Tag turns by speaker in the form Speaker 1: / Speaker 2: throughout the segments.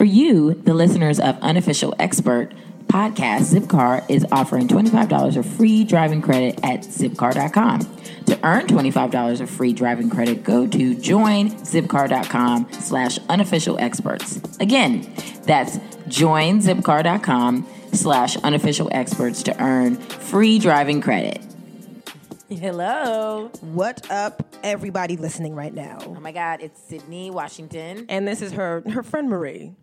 Speaker 1: For you, the listeners of Unofficial Expert podcast, Zipcar is offering $25 of free driving credit at zipcar.com. To earn $25 of free driving credit, go to joinzipcar.com slash unofficial experts. Again, that's joinzipcar.com slash unofficial experts to earn free driving credit. Hello.
Speaker 2: What up, everybody listening right now?
Speaker 1: Oh my God, it's Sydney Washington.
Speaker 2: And this is her her friend Marie.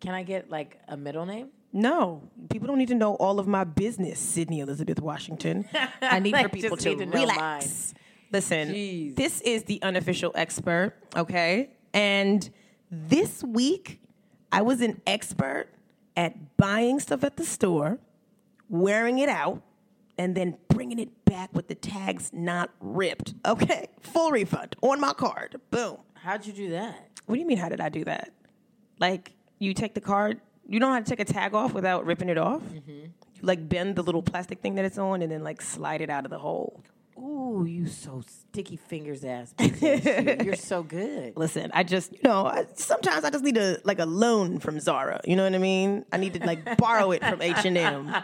Speaker 1: Can I get like a middle name?
Speaker 2: No, people don't need to know all of my business, Sydney Elizabeth Washington. I need for
Speaker 1: Like,
Speaker 2: people
Speaker 1: just
Speaker 2: to,
Speaker 1: need to know
Speaker 2: relax. Listen,
Speaker 1: Jeez.
Speaker 2: this is the unofficial expert, okay? And this week, I was an expert at buying stuff at the store, wearing it out, and then bringing it back with the tags not ripped, okay? Full refund on my card. Boom.
Speaker 1: How'd you do that?
Speaker 2: What do you mean? How did I do that? Like you take the card, you know how to take a tag off without ripping it off.
Speaker 1: Mm-hmm.
Speaker 2: You like bend the little plastic thing that it's on, and then like slide it out of the hole.
Speaker 1: Ooh, you so sticky fingers ass. bitch. You're so good.
Speaker 2: Listen, I just you know I, sometimes I just need a like a loan from Zara. You know what I mean? I need to like borrow it from H and M.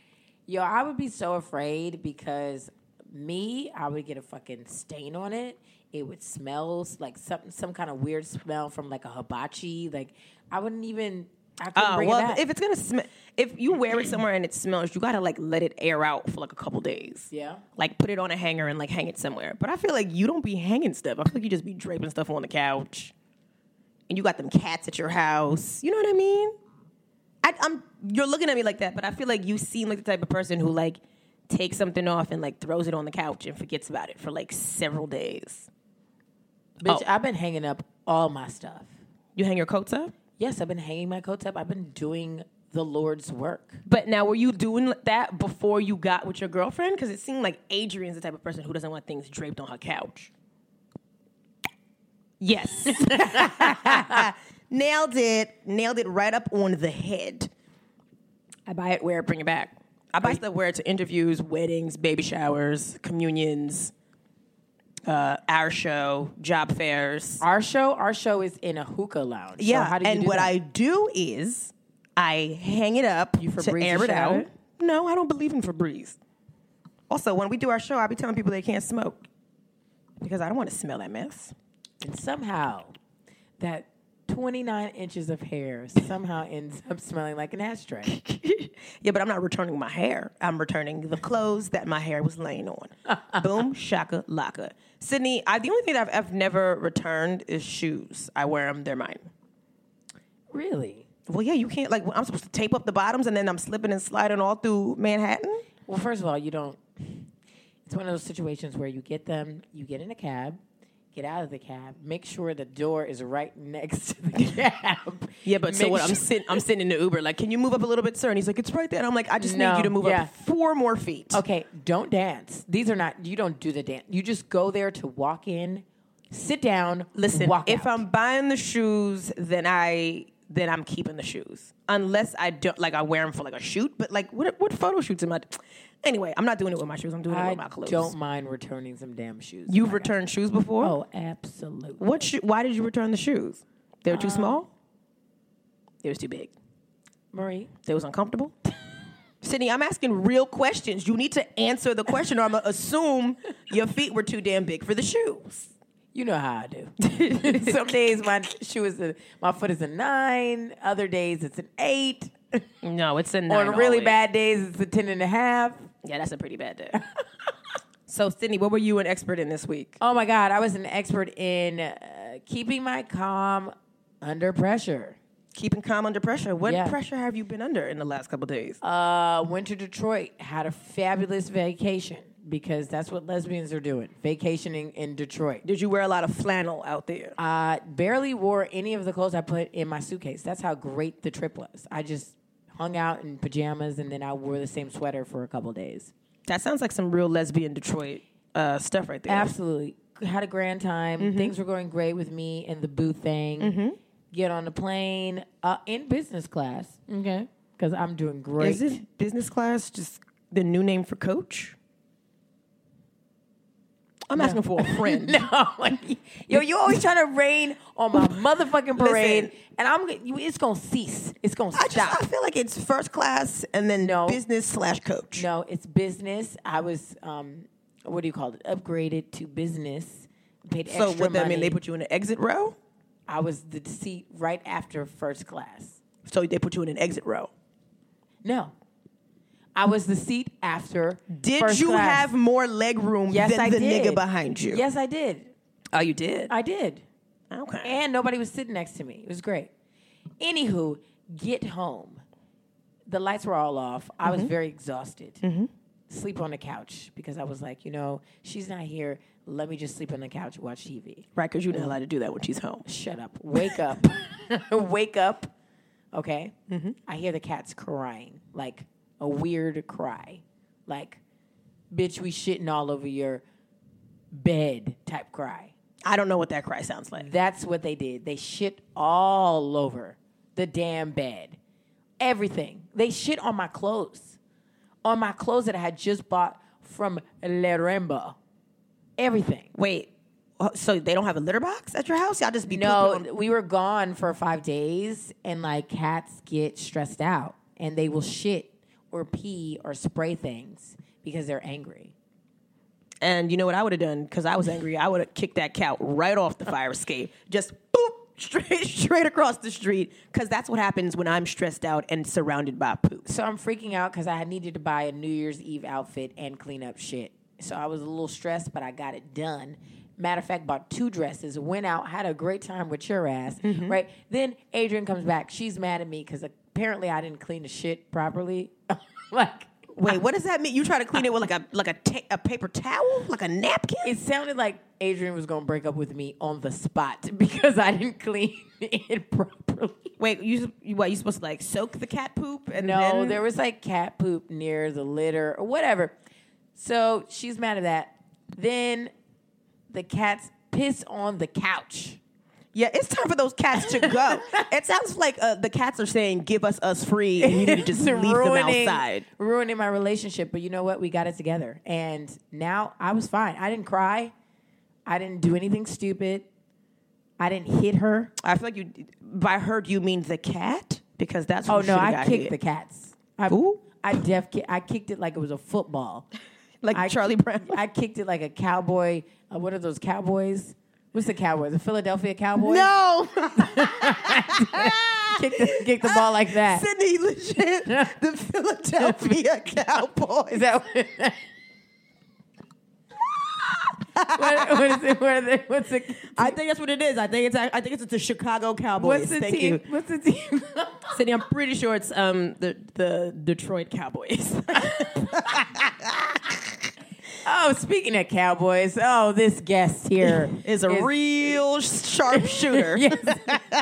Speaker 1: Yo, I would be so afraid because me, I would get a fucking stain on it. It would smell like something, some kind of weird smell from like a hibachi. Like I wouldn't even. I couldn't
Speaker 2: Oh
Speaker 1: bring Ah, it
Speaker 2: well,
Speaker 1: back.
Speaker 2: if it's gonna smell, if you wear it somewhere and it smells, you gotta like let it air out for like a couple days.
Speaker 1: Yeah.
Speaker 2: Like put it on a hanger and like hang it somewhere. But I feel like you don't be hanging stuff. I feel like you just be draping stuff on the couch, and you got them cats at your house. You know what I mean? I, I'm you're looking at me like that, but I feel like you seem like the type of person who like takes something off and like throws it on the couch and forgets about it for like several days.
Speaker 1: bitch, I've been hanging up all my stuff.
Speaker 2: You hang your coats up.
Speaker 1: Yes, I've been hanging my coats up. I've been doing the Lord's work.
Speaker 2: But now, were you doing that before you got with your girlfriend? Because it seemed like Adrian's the type of person who doesn't want things draped on her couch. Yes. Nailed it. Nailed it right up on the head. I buy it, wear it, bring it back. I buy stuff, wear it to interviews, weddings, baby showers, communions, uh, our show, job fairs.
Speaker 1: Our show, our show is in a hookah lounge. So
Speaker 2: Yeah,
Speaker 1: how do you
Speaker 2: and
Speaker 1: do
Speaker 2: what
Speaker 1: that?
Speaker 2: I do is I hang it up
Speaker 1: You
Speaker 2: to
Speaker 1: Febreze
Speaker 2: air
Speaker 1: your
Speaker 2: it out.
Speaker 1: shower?
Speaker 2: No, I don't believe in Febreze. Also, when we do our show, I be telling people they can't smoke because I don't want to smell that mess.
Speaker 1: and somehow that 29 inches of hair somehow ends up smelling like an ashtray.
Speaker 2: yeah, but I'm not returning my hair. I'm returning the clothes that my hair was laying on. Boom, shaka laka. Sydney, I, the only thing that I've, I've never returned is shoes. I wear them; they're mine.
Speaker 1: really?
Speaker 2: Well, yeah, you can't like I'm supposed to tape up the bottoms and then I'm slipping and sliding all through Manhattan.
Speaker 1: Well, first of all, you don't. It's one of those situations where you get them, you get in a cab, get out of the cab, make sure the door is right next to the cab.
Speaker 2: Yeah, but so
Speaker 1: Make
Speaker 2: what? I'm
Speaker 1: sure-
Speaker 2: sitting. I'm sitting in the Uber. Like, can you move up a little bit, sir? And he's like, it's right there. And I'm like, I just
Speaker 1: No,
Speaker 2: need you to move
Speaker 1: yeah.
Speaker 2: up four more feet.
Speaker 1: Okay, don't dance. These are not. You don't do the dance. You just go there to walk in, sit down,
Speaker 2: Listen,
Speaker 1: Walk
Speaker 2: if
Speaker 1: out.
Speaker 2: I'm buying the shoes, then I then I'm keeping the shoes, unless I don't like I wear them for like a shoot. But like, what what photo shoots am I? Anyway, I'm not doing it with my shoes. I'm doing it
Speaker 1: I
Speaker 2: with my clothes.
Speaker 1: don't mind returning some damn shoes.
Speaker 2: You've returned shoes before?
Speaker 1: Oh, absolutely.
Speaker 2: What? Sho- why did you return the shoes? They were
Speaker 1: Um,
Speaker 2: too small. They was too big.
Speaker 1: Marie?
Speaker 2: They was uncomfortable. Sydney, I'm asking real questions. You need to answer the question, or I'm gonna assume your feet were too damn big for the shoes.
Speaker 1: You know how I do. Some days my shoe is a, my foot is a nine. Other days it's an eight.
Speaker 2: No, it's a
Speaker 1: On really bad days it's a ten and a half.
Speaker 2: Yeah, that's a pretty bad day. so, Sydney, what were you an expert in this week?
Speaker 1: Oh my God! I was an expert in uh, keeping my calm under pressure.
Speaker 2: Keeping calm under pressure. What
Speaker 1: Yeah.
Speaker 2: pressure have you been under in the last couple days?
Speaker 1: Uh, went to Detroit. Had a fabulous vacation.
Speaker 3: because that's what lesbians are doing vacationing in Detroit.
Speaker 2: Did you wear a lot of flannel out there?
Speaker 3: I barely wore any of the clothes I put in my suitcase. That's how great the trip was. I just hung out in pajamas and then I wore the same sweater for a couple days.
Speaker 2: that sounds like some real lesbian Detroit uh, stuff right there.
Speaker 3: Absolutely. Had a grand time.
Speaker 2: Mm-hmm.
Speaker 3: Things were going great with me and the boo thing. Get on the plane uh, in business class. Okay. Because I'm doing great.
Speaker 2: Is it business class just the new name for coach? I'm asking for a friend.
Speaker 3: No, yo, you always trying to rain on my motherfucking parade,
Speaker 2: Listen.
Speaker 3: and I'm g- you- it's gonna cease. It's gonna
Speaker 2: I
Speaker 3: stop.
Speaker 2: just I feel like it's first class and then
Speaker 3: No.
Speaker 2: business slash coach.
Speaker 3: no, it's business. I was, um, what do you call it? Upgraded to business. Paid extra
Speaker 2: So what that
Speaker 3: money.
Speaker 2: mean? They put you in an exit row.
Speaker 3: I was the seat right after first class.
Speaker 2: So they put you in an exit row.
Speaker 3: No, I was the seat after.
Speaker 2: Did
Speaker 3: first
Speaker 2: you
Speaker 3: class.
Speaker 2: have more leg room
Speaker 3: Yes,
Speaker 2: than
Speaker 3: I
Speaker 2: the
Speaker 3: did.
Speaker 2: nigga behind you?
Speaker 3: Yes, I did.
Speaker 2: Oh, you did.
Speaker 3: I did.
Speaker 2: okay.
Speaker 3: and nobody was sitting next to me. It was great. Anywho, get home. The lights were all off. I was very exhausted. Sleep on the couch because I was like, you know, she's not here. Let me just sleep on the couch, watch TV.
Speaker 2: right, because you're not allowed to do that when she's home.
Speaker 3: Shut up. Wake up. Wake up. Okay. I hear the cats crying, like a weird cry, like, bitch, we shitting all over your bed type cry.
Speaker 2: I don't know what that cry sounds like.
Speaker 3: That's what they did. They shit all over the damn bed. Everything. They shit on my clothes. On my clothes that I had just bought from Le Rimba. Everything.
Speaker 2: Wait, uh, so they don't have a litter box at your house? Y'all just be pooping
Speaker 3: No,
Speaker 2: on-
Speaker 3: we were gone for five days, and like cats get stressed out and they will shit or pee or spray things because they're angry.
Speaker 2: And you know what I would have done? Because I was angry, I would have kicked that cow right off the fire escape. Just boop, straight, straight across the street. Because that's what happens when I'm stressed out and surrounded by poo.
Speaker 3: So I'm freaking out because I had needed to buy a New Year's Eve outfit and clean up shit. So I was a little stressed, but I got it done. Matter of fact, bought two dresses, went out, had a great time with your ass, right? Then Adrian comes back. She's mad at me because apparently I didn't clean the shit properly. like,
Speaker 2: Wait, what does that mean? You try to clean it with like a like a ta- a paper towel, like a napkin?
Speaker 3: it sounded like Adrian was going to break up with me on the spot because I didn't clean it properly.
Speaker 2: Wait, you you- what? You supposed to like soak the cat poop and
Speaker 3: No,
Speaker 2: then-
Speaker 3: there was like cat poop near the litter or whatever. So she's mad at that. Then the cats piss on the couch.
Speaker 2: yeah, it's time for those cats to go. it sounds like uh, the cats are saying, "Give us us free," and you need to just leave them outside.
Speaker 3: Ruining my relationship. But you know what? We got it together. And now I was fine. I didn't cry. I didn't do anything stupid. I didn't hit her.
Speaker 2: I feel like you by her. Do you mean the cat? Because that's who
Speaker 3: Oh no,
Speaker 2: shoulda
Speaker 3: I
Speaker 2: got
Speaker 3: kicked
Speaker 2: hit.
Speaker 3: the cats. I,
Speaker 2: Who?
Speaker 3: I def ki- I kicked it like it was a football.
Speaker 2: like
Speaker 3: I-
Speaker 2: Charlie Brown.
Speaker 3: I kicked it like a cowboy. Uh, what are those cowboys? What's the cowboys? The Philadelphia Cowboys?
Speaker 2: no,
Speaker 3: Kick the, kick the ball like that.
Speaker 2: Sydney legit. The Philadelphia Cowboys.
Speaker 3: Is that what, what is it? What are they, what's the,
Speaker 2: I think that's what it is. I think it's I think it's the Chicago Cowboys.
Speaker 3: what's the
Speaker 2: Thank you.
Speaker 3: team? What's the team?
Speaker 2: Sydney, I'm pretty sure it's um the the Detroit Cowboys.
Speaker 3: oh, speaking of Cowboys, oh, this guest here
Speaker 2: is a real sharp shooter.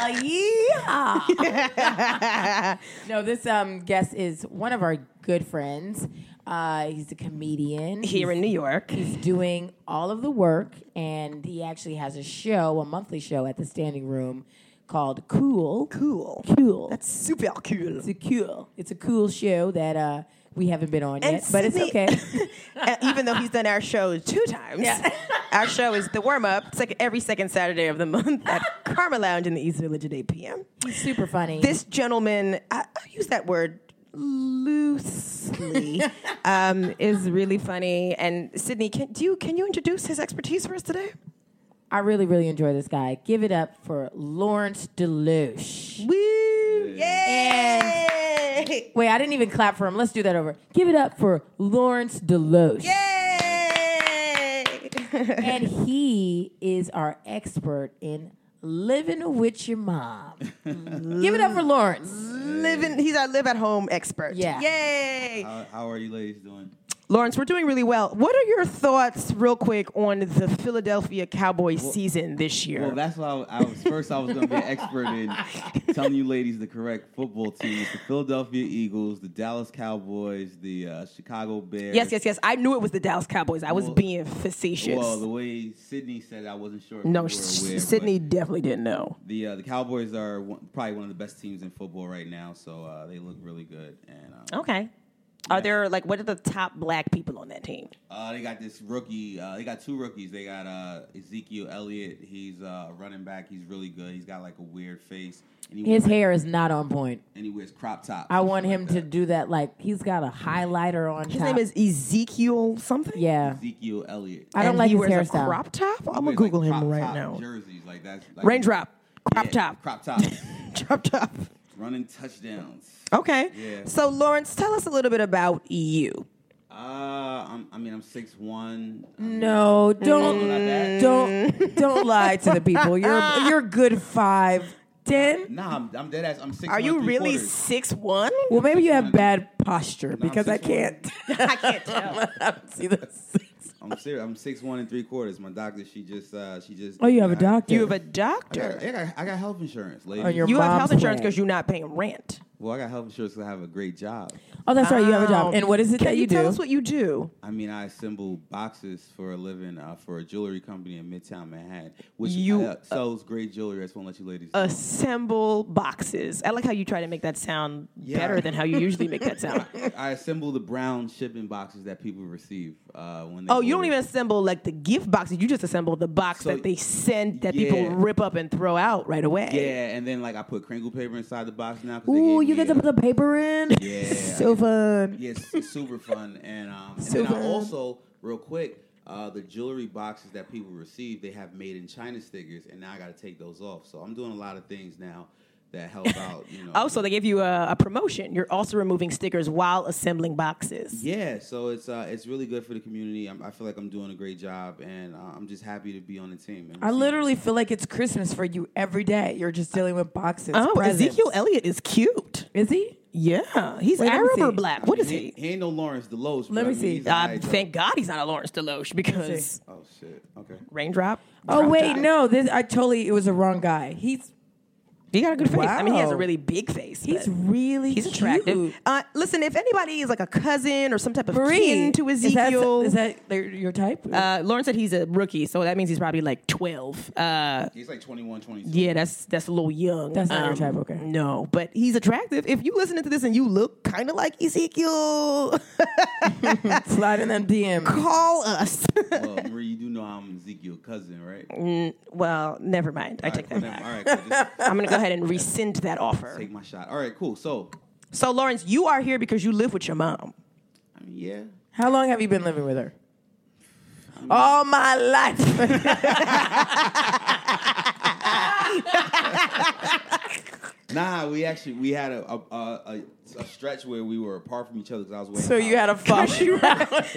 Speaker 3: Uh, yeehaw. no, this um, guest is one of our good friends. Uh, he's a comedian.
Speaker 2: Here in New York.
Speaker 3: He's doing all of the work, and he actually has a show, a monthly show at the Standing Room called Cool.
Speaker 2: Cool.
Speaker 3: Cool.
Speaker 2: That's super cool.
Speaker 3: it's a cool. It's a cool show that uh, we haven't been on yet, but
Speaker 2: Sydney-
Speaker 3: it's okay.
Speaker 2: and even though he's done our show two times,
Speaker 3: Yeah.
Speaker 2: our show is the warm up second, every second Saturday of the month at Karma Lounge in the East Village at 8 p.m.
Speaker 3: He's super funny.
Speaker 2: This gentleman, I, I use that word loosely, um, is really funny. And Sydney, can, do you, can you introduce his expertise for us today?
Speaker 3: I really, really enjoy this guy. Give it up for Lawrence Deluche.
Speaker 2: Woo! Yay!
Speaker 3: Wait, I didn't even clap for him. Let's do that over. Give it up for Lawrence Deloche.
Speaker 2: Yay!
Speaker 3: And he is our expert in living with your mom. Give it up for Lawrence.
Speaker 2: Living, he's our live at home expert.
Speaker 3: Yeah.
Speaker 2: Yay!
Speaker 4: How, how are you ladies doing?
Speaker 2: Lawrence, we're doing really well. What are your thoughts, real quick, on the Philadelphia Cowboys season this year?
Speaker 4: Well, Oh, that's why I was, I was first. I was going to be an expert in telling you ladies the correct football teams: the Philadelphia Eagles, the Dallas Cowboys, the uh, Chicago Bears.
Speaker 2: yes, yes, yes. I knew it was the Dallas Cowboys. I was
Speaker 4: Well-
Speaker 2: being facetious.
Speaker 4: Well, the way Sydney said, it, I wasn't sure. If
Speaker 2: no,
Speaker 4: you
Speaker 2: S-
Speaker 4: were aware,
Speaker 2: Sydney
Speaker 4: but
Speaker 2: definitely didn't know.
Speaker 4: The uh, the Cowboys are one, probably one of the best teams in football right now, so uh, they look really good. And um,
Speaker 2: Okay. Are there like what are the top black people on that team?
Speaker 4: Uh, they got this rookie. Uh, they got two rookies. They got uh, Ezekiel Elliott. He's uh, running back. He's really good. He's got like a weird face. And he,
Speaker 3: His hair is not on point.
Speaker 4: and he wears crop top.
Speaker 3: I want him to do that. Like he's got a highlighter on.
Speaker 2: His name is Ezekiel something.
Speaker 3: yeah.
Speaker 4: Ezekiel Elliott.
Speaker 3: I don't
Speaker 2: And
Speaker 3: like
Speaker 2: he
Speaker 3: his
Speaker 2: wears
Speaker 3: hairstyle.
Speaker 2: a crop top. I'm
Speaker 4: He
Speaker 2: gonna
Speaker 4: wears,
Speaker 2: Google
Speaker 4: like,
Speaker 2: him
Speaker 4: crop
Speaker 2: right
Speaker 4: top
Speaker 2: now.
Speaker 4: Jerseys like that's like,
Speaker 2: Raindrop, crop
Speaker 4: Yeah,
Speaker 2: top,
Speaker 4: Crop top.
Speaker 2: crop top.
Speaker 4: Running touchdowns.
Speaker 2: Okay.
Speaker 4: Yeah.
Speaker 2: So Lawrence, tell us a little bit about you.
Speaker 4: Uh, I'm, I mean, I'm six one.
Speaker 3: No,
Speaker 4: not
Speaker 2: Mm.
Speaker 3: don't
Speaker 4: that.
Speaker 3: don't don't lie to the people. You're you're a good five ten.
Speaker 4: Nah, I'm, I'm dead ass. I'm six.
Speaker 2: Are you really
Speaker 4: Quarters.
Speaker 2: six one?
Speaker 3: Well, maybe you have bad posture because I
Speaker 4: 6'1".
Speaker 3: can't. I can't tell. I don't see the six.
Speaker 4: I'm serious. I'm six one and three quarters. My doctor, she just, uh, she just.
Speaker 3: Oh, you have a doctor.
Speaker 2: You have a
Speaker 4: I got,
Speaker 2: doctor.
Speaker 4: I got, I got health insurance, ladies.
Speaker 3: your
Speaker 2: You have health
Speaker 3: mom's
Speaker 2: insurance
Speaker 3: plan.
Speaker 2: because you're not paying rent.
Speaker 4: Well, I got health insurance because I have a great job.
Speaker 3: Oh, that's right. You have a job. And what is it
Speaker 2: Can
Speaker 3: that you,
Speaker 2: Tell
Speaker 3: do?
Speaker 2: us what you do.
Speaker 4: I mean, I assemble boxes for a living uh, for a jewelry company in Midtown Manhattan, which
Speaker 2: You- Uh,
Speaker 4: uh, sells great jewelry. I just want to let you ladies know.
Speaker 2: Assemble boxes. I like how you try to make that sound
Speaker 4: Yeah.
Speaker 2: better than how you usually make that sound.
Speaker 4: I assemble the brown shipping boxes that people receive uh, when they.
Speaker 2: Oh, you don't
Speaker 4: order.
Speaker 2: even assemble like the gift boxes. You just assemble the box
Speaker 4: So-
Speaker 2: that they send that
Speaker 4: Yeah.
Speaker 2: people rip up and throw out right away.
Speaker 4: Yeah, and then like I put crinkle paper inside the box now. 'cause they
Speaker 3: Ooh,
Speaker 4: gave
Speaker 3: you
Speaker 4: me,
Speaker 3: get to
Speaker 4: uh,
Speaker 3: put the paper in.
Speaker 4: Yeah.
Speaker 3: so fun.
Speaker 4: Yes, it's super fun. And, um, and then I also, real quick, uh, the jewelry boxes that people receive, they have made in China stickers, and now I got to take those off. So I'm doing a lot of things now that help out. You know.
Speaker 2: Oh, so they give you a, a promotion. You're also removing stickers while assembling boxes.
Speaker 4: Yeah, so it's uh, it's really good for the community. I'm, I feel like I'm doing a great job, and uh, I'm just happy to be on the team. And
Speaker 3: I literally feel like it's Christmas for you every day. You're just dealing with boxes.
Speaker 2: Oh,
Speaker 3: presents.
Speaker 2: Ezekiel Elliott is cute.
Speaker 3: Is he?
Speaker 2: Yeah, he's
Speaker 3: Wait, let me
Speaker 2: Arab or
Speaker 3: see.
Speaker 2: black. What is
Speaker 4: he,
Speaker 2: he?
Speaker 4: he ain't no Lawrence Deloach.
Speaker 3: Let
Speaker 4: but
Speaker 3: me
Speaker 4: I mean,
Speaker 3: see.
Speaker 4: he's
Speaker 3: Uh,
Speaker 4: alright, though.
Speaker 2: Thank God he's not a Lawrence Deloche because
Speaker 4: Oh shit. Okay.
Speaker 2: raindrop.
Speaker 3: Oh
Speaker 2: drop
Speaker 3: wait,
Speaker 2: top.
Speaker 3: no. This I totally it was the wrong guy. He's
Speaker 2: He got a good face. I mean, he has a
Speaker 3: Wow.
Speaker 2: really big face.
Speaker 3: he's
Speaker 2: but
Speaker 3: really
Speaker 2: he's
Speaker 3: cute.
Speaker 2: attractive. Uh, listen, if anybody is like a cousin or some type of
Speaker 3: Bree,
Speaker 2: kin to
Speaker 3: is that-
Speaker 2: Ezekiel,
Speaker 3: Is that, their- your type?
Speaker 2: uh, Lawrence said he's a rookie, so that means he's probably like twelve. Uh,
Speaker 4: He's like 21, 22.
Speaker 2: yeah, that's that's a little young. Um,
Speaker 3: That's not your type, okay.
Speaker 2: No, but he's attractive. If you listening to this and you look kind of like Ezekiel,
Speaker 3: Slide in them DM.
Speaker 2: call us.
Speaker 4: Well, Marie, you do know I'm Ezekiel's cousin, right?
Speaker 2: well, never mind. I take that back.
Speaker 4: All right. cool. Just
Speaker 2: I'm gonna go ahead and rescind that offer.
Speaker 4: take my shot. All right. Cool. So,
Speaker 2: So Lawrence, you are here because you live with your mom.
Speaker 4: I mean, yeah.
Speaker 3: How long have you been living with her? All my life.
Speaker 4: Nah, we actually we had a a, a, a, a stretch where we were apart from each other because I was waiting.
Speaker 3: so you had a fuck.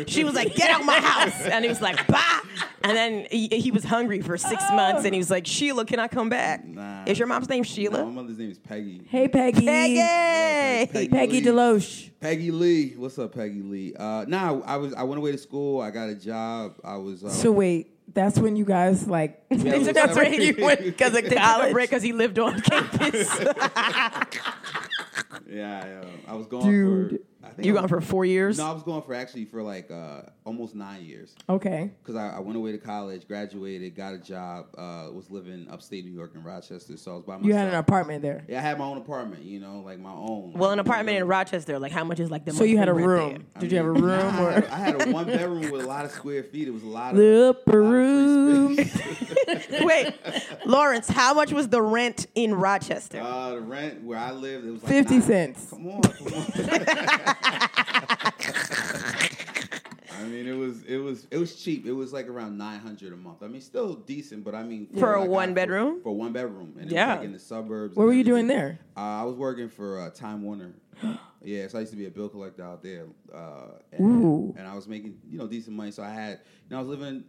Speaker 2: She was like, "Get out my house," and he was like, "Bye." And then he, he was hungry for six months, and he was like, "Sheila, can I come back?"
Speaker 4: Nah.
Speaker 2: Is your mom's name Sheila?
Speaker 4: No, my mother's name is Peggy.
Speaker 3: hey Peggy.
Speaker 2: Peggy.
Speaker 4: Peggy.
Speaker 3: Peggy
Speaker 4: Lee.
Speaker 3: Deloche.
Speaker 4: Peggy Lee, what's up, Peggy Lee? Uh, nah, I was I went away to school. I got a job. I was uh,
Speaker 3: So wait, that's when you guys like
Speaker 4: we
Speaker 3: that's when you
Speaker 4: separated.
Speaker 3: went because of
Speaker 2: They took a
Speaker 3: college.
Speaker 2: break because he lived on campus.
Speaker 4: yeah, yeah, I was gone
Speaker 3: Dude.
Speaker 4: for. I think
Speaker 2: you
Speaker 4: I
Speaker 2: gone
Speaker 4: was-
Speaker 2: for four years.
Speaker 4: No, I was gone for actually for like uh, almost nine years
Speaker 3: Okay.
Speaker 4: because I, I went away to college, graduated, got a job, uh, was living upstate New York in Rochester, so I was by myself.
Speaker 3: You had an apartment there.
Speaker 4: Yeah, I had my own apartment, you know, like my own.
Speaker 2: Well, an apartment in Rochester, like how much is like the?
Speaker 3: So you had a
Speaker 2: monthly rent
Speaker 3: room. Did you have a room
Speaker 4: I had,
Speaker 3: or
Speaker 4: I had a one bedroom with a lot of square feet. It was a lot of
Speaker 3: the upper
Speaker 4: lot of
Speaker 3: room?
Speaker 4: free space.
Speaker 2: there? Wait, Lawrence, how much was the rent in Rochester?
Speaker 4: Uh, the rent where I lived, it was like
Speaker 3: 50
Speaker 4: nine-
Speaker 3: cents.
Speaker 4: Come on, come on. I mean, it was it was it was cheap. It was like around nine hundred a month. I mean, still decent, but I mean,
Speaker 2: For a
Speaker 4: like, I-
Speaker 2: one bedroom?
Speaker 4: for, one bedroom, and it
Speaker 2: Yeah.
Speaker 4: was like in the suburbs.
Speaker 3: What
Speaker 4: and
Speaker 3: were you doing
Speaker 4: everything.
Speaker 3: there?
Speaker 4: Uh, I was working for uh, Time Warner. yeah, so I used to be a bill collector out there, uh, and, and I was making you know decent money. So I had, you know, I was living in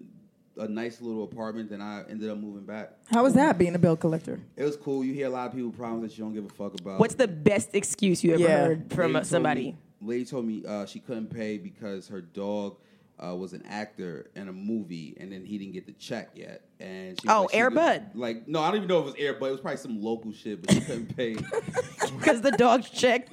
Speaker 4: a nice little apartment. Then I ended up moving back.
Speaker 3: How was that being a bill collector?
Speaker 4: It was cool. You hear a lot of people problems that you don't give a fuck about.
Speaker 2: What's the best excuse you ever
Speaker 3: Yeah.
Speaker 2: heard from
Speaker 4: They
Speaker 2: uh,
Speaker 4: told
Speaker 2: somebody?
Speaker 4: me- lady told me uh, she couldn't pay because her dog uh, was an actor in a movie, and then he didn't get the check yet. And she was
Speaker 2: Oh,
Speaker 4: like, she
Speaker 2: Air
Speaker 4: could-
Speaker 2: Bud.
Speaker 4: Like, no, I don't even know if it was Air Bud. It was probably some local shit, but she couldn't pay.
Speaker 2: because the dog's check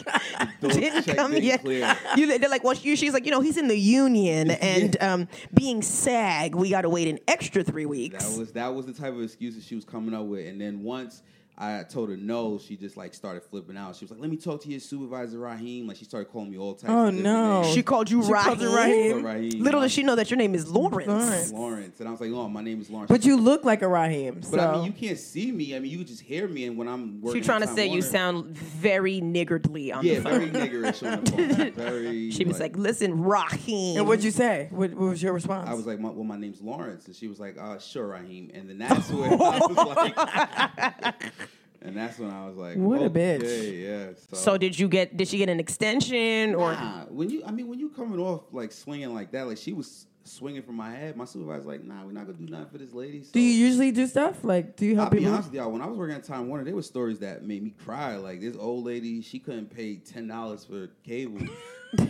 Speaker 4: dog's
Speaker 2: didn't
Speaker 4: check
Speaker 2: come
Speaker 4: didn't
Speaker 2: yet.
Speaker 4: clear.
Speaker 2: You, they're like, well, she, she's like, you know, he's in the union, and um, being SAG, we got to wait an extra three weeks.
Speaker 4: That was that was the type of excuses she was coming up with. And then once I told her no, she just like started flipping out. She was like, "Let me talk to your supervisor, Raheem." Like she started calling me all types.
Speaker 3: Oh,
Speaker 4: of different
Speaker 3: no.
Speaker 4: names.
Speaker 2: she called you
Speaker 3: She called
Speaker 2: Raheem.
Speaker 3: you
Speaker 4: Raheem. Raheem.
Speaker 2: Little does she know that your name is Lawrence.
Speaker 3: Lawrence.
Speaker 4: Lawrence, and I was like, "Oh, my name is Lawrence."
Speaker 3: But you look like a Raheem. So
Speaker 4: But I mean, you can't see me. I mean, you can just hear me. And when I'm working,
Speaker 2: She's trying to
Speaker 4: at
Speaker 2: say
Speaker 4: Time
Speaker 2: you
Speaker 4: Warner-
Speaker 2: sound very niggardly on
Speaker 4: yeah,
Speaker 2: the
Speaker 4: very
Speaker 2: phone.
Speaker 4: niggerish on the phone. Very.
Speaker 2: She was like, listen, Raheem.
Speaker 3: and what'd you say? What, what was your response?
Speaker 4: I was like, my, well, my name's Lawrence, and she was like, uh, sure, Raheem, and then that's when I was like, and that's when I was like,
Speaker 3: What a
Speaker 4: okay,
Speaker 3: bitch.
Speaker 4: yeah.
Speaker 2: so did you get? Did she get an extension or?
Speaker 4: Nah, when you, I mean, when you coming off like swinging like that, like she was swinging from my head. My supervisor's like, nah, we're not gonna do nothing for this lady. So.
Speaker 3: do you usually do stuff like? Do you help
Speaker 4: I'll be
Speaker 3: people?
Speaker 4: honest with y'all. When I was working at Time Warner, there were stories that made me cry. Like this old lady, she couldn't pay ten dollars for cable,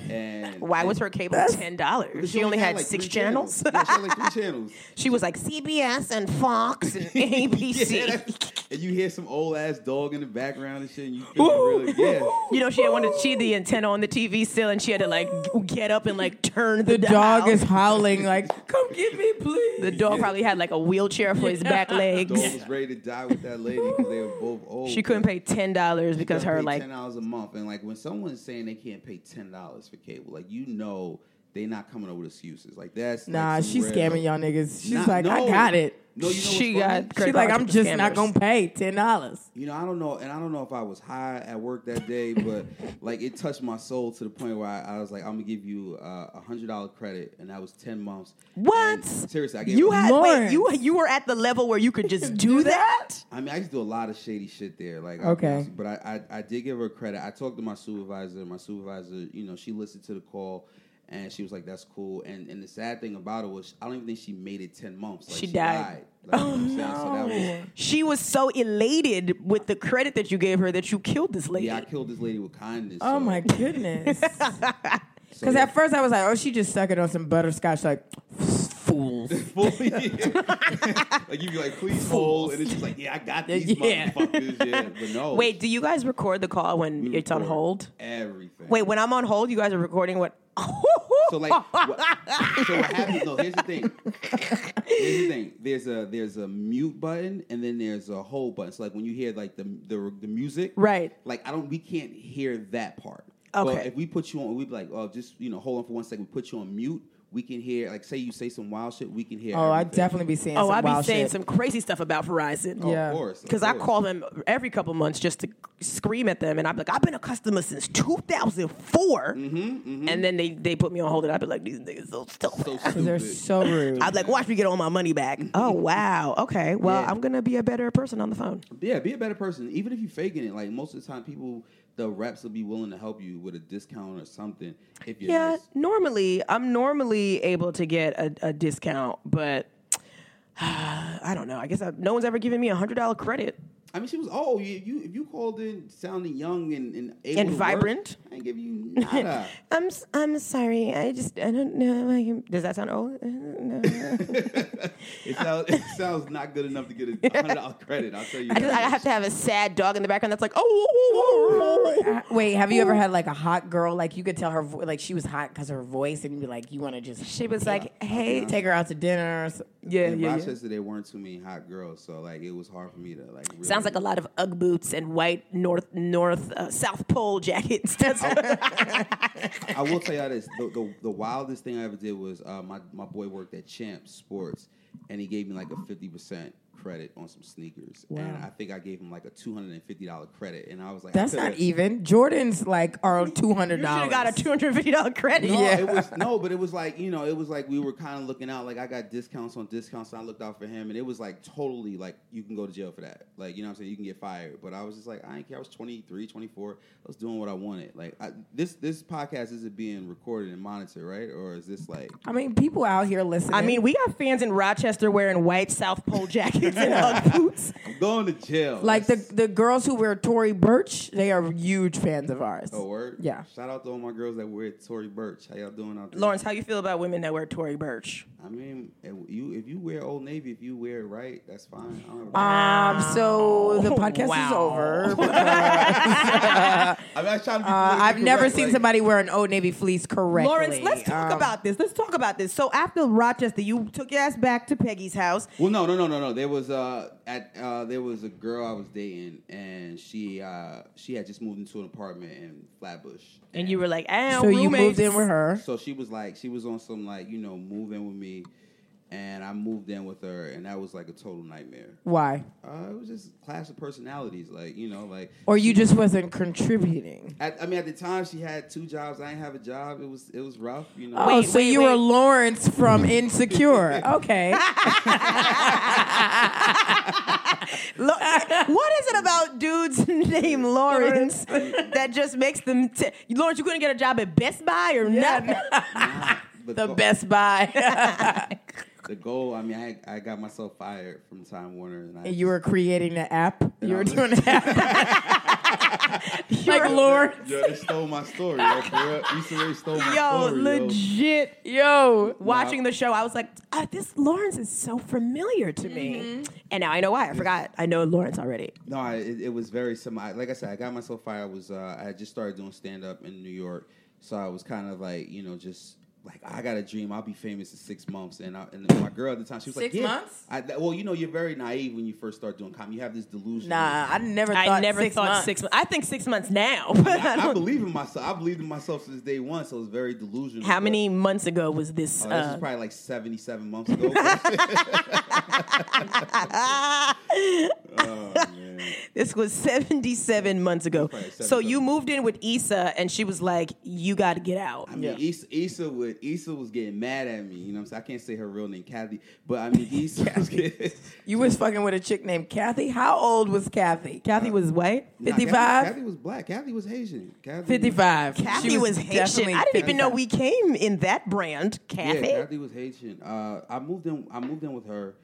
Speaker 4: and
Speaker 2: Why was her cable ten dollars? She only had,
Speaker 4: like,
Speaker 2: six
Speaker 4: three
Speaker 2: channels.
Speaker 4: Yeah, she had like three channels.
Speaker 2: She was like CBS and Fox and
Speaker 4: Yeah,
Speaker 2: ABC.
Speaker 4: that's- and you hear some old ass dog in the background and shit, and you feel really yeah.
Speaker 2: you know, she had one. of- She had the antenna on the TV still, and she had to like get up and like turn the,
Speaker 3: The dog
Speaker 2: dial.
Speaker 3: is howling like, "Come get me, please!"
Speaker 2: The dog probably had like a wheelchair for his back
Speaker 4: Dog
Speaker 2: legs.
Speaker 4: was ready to die with that lady because they were both old.
Speaker 2: She couldn't pay ten dollars because
Speaker 4: Gotta
Speaker 2: her
Speaker 4: pay
Speaker 2: like
Speaker 4: ten dollars a month, and like when someone's saying they can't pay ten dollars for cable, like you know they not coming up with excuses. Like that's like,
Speaker 3: Nah,
Speaker 4: some
Speaker 3: she's
Speaker 4: real-
Speaker 3: scamming y'all niggas. She's
Speaker 4: Nah,
Speaker 3: like, I
Speaker 4: no.
Speaker 3: got it.
Speaker 4: No, you know what's
Speaker 2: she
Speaker 4: funny?
Speaker 2: got.
Speaker 3: She's
Speaker 2: credit
Speaker 3: like,
Speaker 2: cards
Speaker 3: I'm
Speaker 2: for
Speaker 3: just
Speaker 2: scammers.
Speaker 3: not gonna pay ten dollars.
Speaker 4: You know, I don't know, and I don't know if I was high at work that day, but like it touched my soul to the point where I, I was like, I'm gonna give you uh, a hundred dollar credit, and that was ten months.
Speaker 2: What?
Speaker 4: And seriously, I gave
Speaker 2: You had wait,
Speaker 3: Lawrence.
Speaker 2: you you were at the level where you could just do that.
Speaker 4: I mean, I used to do a lot of shady shit there. Like, I'll be
Speaker 3: Okay.
Speaker 4: honest, but I, I, I did give her credit. I talked to my supervisor. My supervisor, you know, she listened to the call, and she was like, "That's cool." And and the sad thing about it was, I don't even think she made it ten months. Like,
Speaker 2: She died.
Speaker 4: Like,
Speaker 3: Oh,
Speaker 4: you know what I'm saying? So that was,
Speaker 2: She was so elated with the credit that you gave her that you killed this lady.
Speaker 4: yeah, I killed this lady with kindness.
Speaker 3: Oh
Speaker 4: so-
Speaker 3: my goodness.
Speaker 4: so
Speaker 3: Because
Speaker 4: yeah.
Speaker 3: at first I was like, oh, she just sucking on some butterscotch. Like, fools.
Speaker 4: fully. like you'd be like, please hold, and it's just like, yeah, I got these
Speaker 3: Yeah.
Speaker 4: motherfuckers. Yeah, but no.
Speaker 2: Wait, do you guys record the call when
Speaker 4: we
Speaker 2: it's on
Speaker 4: record
Speaker 2: hold?
Speaker 4: Everything.
Speaker 2: Wait, when I'm on hold, you guys are recording what?
Speaker 4: So like, what, so what happens? No, here's the thing. Here's the thing. There's a there's a mute button and then there's a hold button. So like when you hear like the the, the music,
Speaker 3: Right.
Speaker 4: Like I don't, we can't hear that part.
Speaker 2: Okay.
Speaker 4: But if we put you on, we'd be like, oh, just you know, hold on for one second. We put you on mute. We can hear, like, say you say some wild shit. We can hear.
Speaker 3: Oh, I'd
Speaker 4: everything.
Speaker 3: definitely be seeing
Speaker 2: oh,
Speaker 3: some
Speaker 2: I'd be
Speaker 3: wild
Speaker 2: saying
Speaker 3: shit.
Speaker 2: some crazy stuff about Verizon.
Speaker 4: Of
Speaker 3: Yeah.
Speaker 4: course, of
Speaker 2: Because I
Speaker 4: course.
Speaker 2: call them every couple months just to scream at them, and I'm like, I've been a customer since 2004,
Speaker 4: Mm-hmm,
Speaker 2: and then they, they put me on hold, and I'd be like, these niggas so stupid.
Speaker 4: So
Speaker 3: They're
Speaker 4: stupid.
Speaker 3: so rude.
Speaker 2: I'd be like, watch me get all my money back. oh wow, okay, well
Speaker 4: Yeah.
Speaker 2: I'm gonna be a better person on the phone.
Speaker 4: Yeah, be a better person. Even if you're faking it, like most of the time, people the reps will be willing to help you with a discount or something. If you're
Speaker 2: Yeah,
Speaker 4: nice.
Speaker 2: normally I'm normally able to get a, a discount, but I don't know. I guess I, no one's ever given me a hundred dollar credit.
Speaker 4: I mean, she was oh you, you if you called in sounding young and and, able
Speaker 2: And
Speaker 4: to work,
Speaker 2: vibrant.
Speaker 4: I ain't give you nada.
Speaker 2: I'm s- I'm sorry. I just I don't know. I can- Does that sound old? No.
Speaker 4: it, sounds, it sounds not good enough to get a hundred dollar credit. I'll tell you.
Speaker 2: I, just, I
Speaker 4: that.
Speaker 2: have to have a sad dog in the background that's like oh. oh, oh, oh, oh."
Speaker 5: Wait, have you ever had like a hot girl? Like you could tell her, vo- like she was hot because her voice, and you'd be like, you want to just
Speaker 2: She was like, hey,
Speaker 3: Take her out to dinner. or so-
Speaker 2: yeah,
Speaker 4: In
Speaker 2: yeah, yeah.
Speaker 4: Rochester, there weren't too many hot girls, so like it was hard for me to like. Really,
Speaker 2: Sounds like a lot of UGG boots and white North North uh, South Pole jackets. That's
Speaker 4: I will tell y'all this: the, the, the wildest thing I ever did was uh, my my boy worked at Champ Sports, and he gave me like a fifty percent credit on some sneakers, and I think I gave him like a two hundred and fifty dollar credit, and I was like, I
Speaker 3: That's not e-
Speaker 4: could've-
Speaker 3: even. Jordan's like are two hundred
Speaker 2: you should
Speaker 3: dollars.
Speaker 2: have got a two hundred fifty dollar credit.
Speaker 4: No, it was no, but it was like you know, it was like we were kind of looking out. Like I got discounts on discounts, and I looked out for him, and it was like totally like you can go to jail for that. Like you know, what I'm saying you can get fired. But I was just like, I didn't care. I was 23, 24. I was doing what I wanted. Like I, this this podcast isn't being recorded and monitored, right? Or is this like
Speaker 3: I mean, people out here listening.
Speaker 2: I mean, we got fans in Rochester wearing white South Pole jackets. kids in UGG boots.
Speaker 4: Going to jail.
Speaker 3: Like the
Speaker 4: That's-
Speaker 3: the girls who wear Tory Burch, they are huge fans of ours.
Speaker 4: Oh, word?
Speaker 3: Yeah.
Speaker 4: Shout out to all my girls that wear Tory Burch. How y'all doing out there?
Speaker 2: Lawrence, how you feel about women that wear Tory Burch?
Speaker 4: I mean, if you if you wear Old Navy, if you wear it right, that's fine. I, don't
Speaker 3: Um, so the podcast is
Speaker 2: Wow.
Speaker 3: over. because,
Speaker 4: I mean, I try to
Speaker 3: uh, I've
Speaker 4: be politically
Speaker 3: never
Speaker 4: correct,
Speaker 3: seen
Speaker 4: like-
Speaker 3: somebody wear an Old Navy fleece correctly.
Speaker 2: Lawrence, let's talk
Speaker 3: Um,
Speaker 2: about this. Let's talk about this. So after Rochester, you took your ass back to Peggy's house.
Speaker 4: Well, no, no, no, no, no. There was uh at uh there was a girl I was dating, and she uh she had just moved into an apartment in Flatbush,
Speaker 2: And you were like, "Ah, I
Speaker 3: So you moved in with her.
Speaker 4: So she was like, she was on some like you know move in with me, and I moved in with her, and that was like a total nightmare.
Speaker 3: Why?
Speaker 4: Uh, it was just clash of personalities, like you know, like
Speaker 3: Or you just wasn't contributing.
Speaker 4: At, I mean, at the time, she had two jobs. I didn't have a job. It was it was rough, you know.
Speaker 3: oh, so
Speaker 2: wait,
Speaker 3: you
Speaker 2: wait.
Speaker 3: were Lawrence from Insecure. okay.
Speaker 2: Lo- what is it about dudes named Lawrence that just makes them? T- Lawrence, you couldn't get a job at Best Buy or nothing.
Speaker 4: the,
Speaker 3: The
Speaker 4: goal-
Speaker 3: Best Buy.
Speaker 4: The goal. I mean, I I got myself fired from Time Warner, and I
Speaker 3: you were creating an app. You were
Speaker 4: was-
Speaker 3: doing an app. like Lawrence.
Speaker 4: Yo, they stole my story. Yo, for real. Issa Rae stole my
Speaker 2: Yo,
Speaker 4: story.
Speaker 2: legit.
Speaker 3: Yo.
Speaker 2: Watching the show, I was like, "Ah, this Lawrence is so familiar to me. And now I know why. I forgot. I know Lawrence already.
Speaker 4: No, I, it, it was very similar. Like I said, I got myself fired. I was uh, I had just started doing stand up in New York, so I was kind of like you know just. Like I got a dream, I'll be famous in six months, and I, and my girl at the time she was
Speaker 3: Six
Speaker 4: like, "Yeah."
Speaker 3: months?
Speaker 4: I, that- well, you know, you're very naive when you first start doing comedy. You have this delusion.
Speaker 3: Nah, I never thought
Speaker 2: I never
Speaker 3: six
Speaker 2: thought
Speaker 3: months.
Speaker 2: six months. I think six months now. But I
Speaker 4: I
Speaker 2: don't-
Speaker 4: believe in myself. I believed in myself since day one, so it's very delusional.
Speaker 2: how
Speaker 4: but-
Speaker 2: many months ago was this?
Speaker 4: Oh, this
Speaker 2: uh,
Speaker 4: is probably like seventy-seven months ago. oh Oh, man!
Speaker 2: This was 77 months ago.
Speaker 4: Right,
Speaker 2: So you
Speaker 4: 77.
Speaker 2: moved in with Issa, and she was like, You got to get out.
Speaker 4: I mean, Issa, Issa, would, Issa was getting mad at me. You know, what I'm saying I can't say her real name, Kathy, but I mean, Issa was getting.
Speaker 3: You was fucking with a chick named Kathy. How old was Kathy?
Speaker 2: Kathy was white.
Speaker 4: Nah, Kathy-
Speaker 3: 55?
Speaker 4: Kathy, was black. Kathy was Haitian. Kathy,
Speaker 3: 55.
Speaker 2: Kathy
Speaker 3: She
Speaker 2: was, Haitian.
Speaker 3: definitely
Speaker 2: I didn't even know
Speaker 3: 55.
Speaker 2: we came in that brand, Kathy.
Speaker 4: Yeah, Kathy was Haitian. Uh, I moved in. I moved in with her,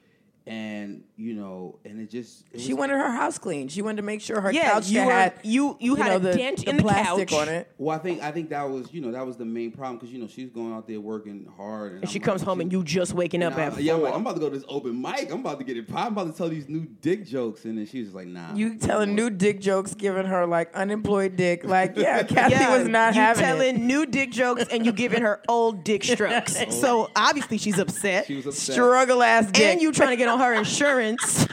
Speaker 4: and you know, and it just it
Speaker 3: She
Speaker 4: was-
Speaker 3: wanted her house clean. She wanted to make sure her
Speaker 2: Yeah,
Speaker 3: couch
Speaker 2: you
Speaker 3: that
Speaker 2: were-
Speaker 3: had
Speaker 2: you- you had a dent in the
Speaker 3: plastic
Speaker 2: couch.
Speaker 3: on it.
Speaker 4: Well, I think I think that was you know that was the main problem because you know she's going out there working hard, and,
Speaker 2: And she comes home and you just waking up at
Speaker 4: Nah,
Speaker 2: four.
Speaker 4: yeah, I'm, like, I'm about to go to this open mic. I'm about to get it pop. I'm about to tell these new dick jokes, and then she was like, "Nah."
Speaker 3: You telling new dick jokes, giving her like unemployed dick. Like yeah, Kathy
Speaker 2: Yeah,
Speaker 3: was not
Speaker 2: you
Speaker 3: having
Speaker 2: telling
Speaker 3: it.
Speaker 2: new dick jokes and you giving her old dick strokes. So obviously she's upset.
Speaker 4: She was upset.
Speaker 3: Struggle ass dick.
Speaker 2: and you trying to get on her insurance.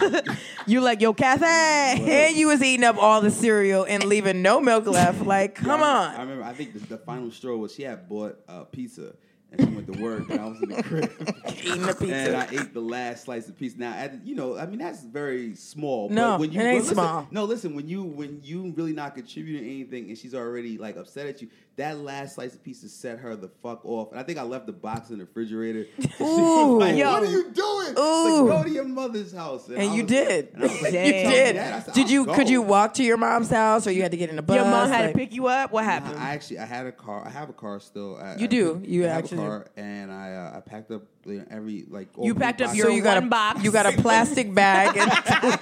Speaker 2: you like, yo, Kathy.
Speaker 3: and you was eating up all the cereal and leaving no milk left. Like come
Speaker 4: I
Speaker 3: on.
Speaker 4: remember. I think the, the final straw was she had bought uh, pizza and she went to work, and I was in the crib
Speaker 3: Eating the pizza.
Speaker 4: and I ate the last slice of pizza. Now, at, you know, I mean that's very small.
Speaker 3: No,
Speaker 4: but when you,
Speaker 3: it
Speaker 4: but
Speaker 3: ain't
Speaker 4: listen-
Speaker 3: small.
Speaker 4: No, listen. When you when you really not contributing anything, and she's already like upset at you, that last slice of pizza set her the fuck off. And I think I left the box in the refrigerator. She was like,
Speaker 2: Yo.
Speaker 4: "What are you doing?
Speaker 3: Ooh.
Speaker 4: Like, go to your mother's house." And, I
Speaker 3: and you
Speaker 4: was like-
Speaker 3: did.
Speaker 4: and I was like,
Speaker 3: you
Speaker 4: "You
Speaker 2: Dang.
Speaker 4: told me
Speaker 3: did.
Speaker 4: that?" I said,
Speaker 3: did
Speaker 4: "I'll
Speaker 3: you? Could
Speaker 4: go."
Speaker 3: you walk to your mom's house, or you had to get in a bus?
Speaker 2: Your mom had
Speaker 3: Like-
Speaker 2: to pick you up. What happened?
Speaker 4: I actually I had a car. I have a car still. I,
Speaker 3: You
Speaker 4: I-
Speaker 3: do. You
Speaker 4: I have
Speaker 3: actually-
Speaker 4: a car, and I uh, I packed up you know, every like.
Speaker 2: You
Speaker 4: all
Speaker 2: packed
Speaker 4: three
Speaker 2: up
Speaker 4: boxes.
Speaker 2: your
Speaker 3: so you got
Speaker 2: one
Speaker 3: a
Speaker 2: box.
Speaker 3: You got a plastic bag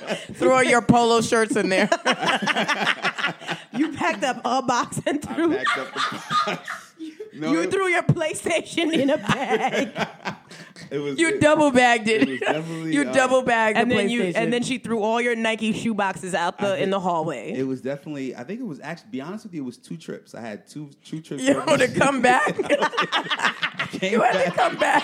Speaker 3: and throw your polo shirts in there.
Speaker 2: you packed up a box and
Speaker 4: I
Speaker 2: threw.
Speaker 4: packed up the box. No,
Speaker 2: You
Speaker 4: it,
Speaker 2: threw your PlayStation in a bag,
Speaker 4: It was
Speaker 3: You
Speaker 4: it-
Speaker 3: double bagged it.
Speaker 4: it was definitely,
Speaker 3: you
Speaker 4: uh,
Speaker 3: double bagged
Speaker 2: and
Speaker 3: the
Speaker 2: then you
Speaker 3: PlayStation.
Speaker 2: and then she threw all your Nike shoe boxes out the in the hallway.
Speaker 4: It was definitely. I think it was actually. Be honest with you, it was two trips. I had two two trips.
Speaker 3: you
Speaker 4: over.
Speaker 3: want to come back?
Speaker 4: I came
Speaker 3: you had to
Speaker 4: back.
Speaker 3: come back.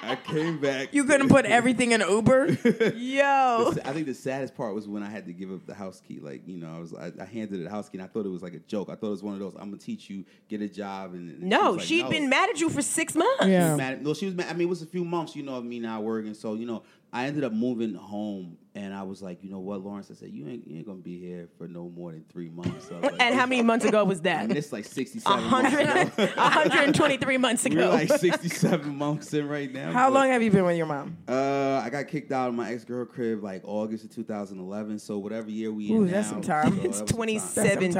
Speaker 4: I came back.
Speaker 3: You couldn't put everything in Uber.
Speaker 2: Yo,
Speaker 4: I think the saddest part was when I had to give up the house key. Like you know, I was I, I handed it the house key, and I thought it was like a joke. I thought it was one of those. I'm gonna teach you, get a job, and, and she was
Speaker 2: no,
Speaker 4: like,
Speaker 2: she'd
Speaker 4: no.
Speaker 2: been mad at you for six months.
Speaker 4: She was
Speaker 3: Yeah.
Speaker 4: mad at- no, she was mad. I mean, it was a few months, you know, of me not working. So, you know, I ended up moving home And I was like, you know what, Lawrence? I said, you ain't, you ain't gonna be here for no more than three months. So I was like,
Speaker 2: And how many months ago was
Speaker 4: And
Speaker 2: that?
Speaker 4: it's like 67
Speaker 2: 100,
Speaker 4: months ago.
Speaker 2: 123 months
Speaker 4: We're
Speaker 2: ago.
Speaker 4: like 67 months in right now.
Speaker 3: How
Speaker 4: but-
Speaker 3: long have you been with your mom?
Speaker 4: Uh, I got kicked out of my ex girl crib like August of 2011. So whatever year we
Speaker 3: Ooh,
Speaker 4: in
Speaker 3: that's
Speaker 4: now,
Speaker 3: some time.
Speaker 4: so
Speaker 3: It's
Speaker 4: that was some time.
Speaker 3: That's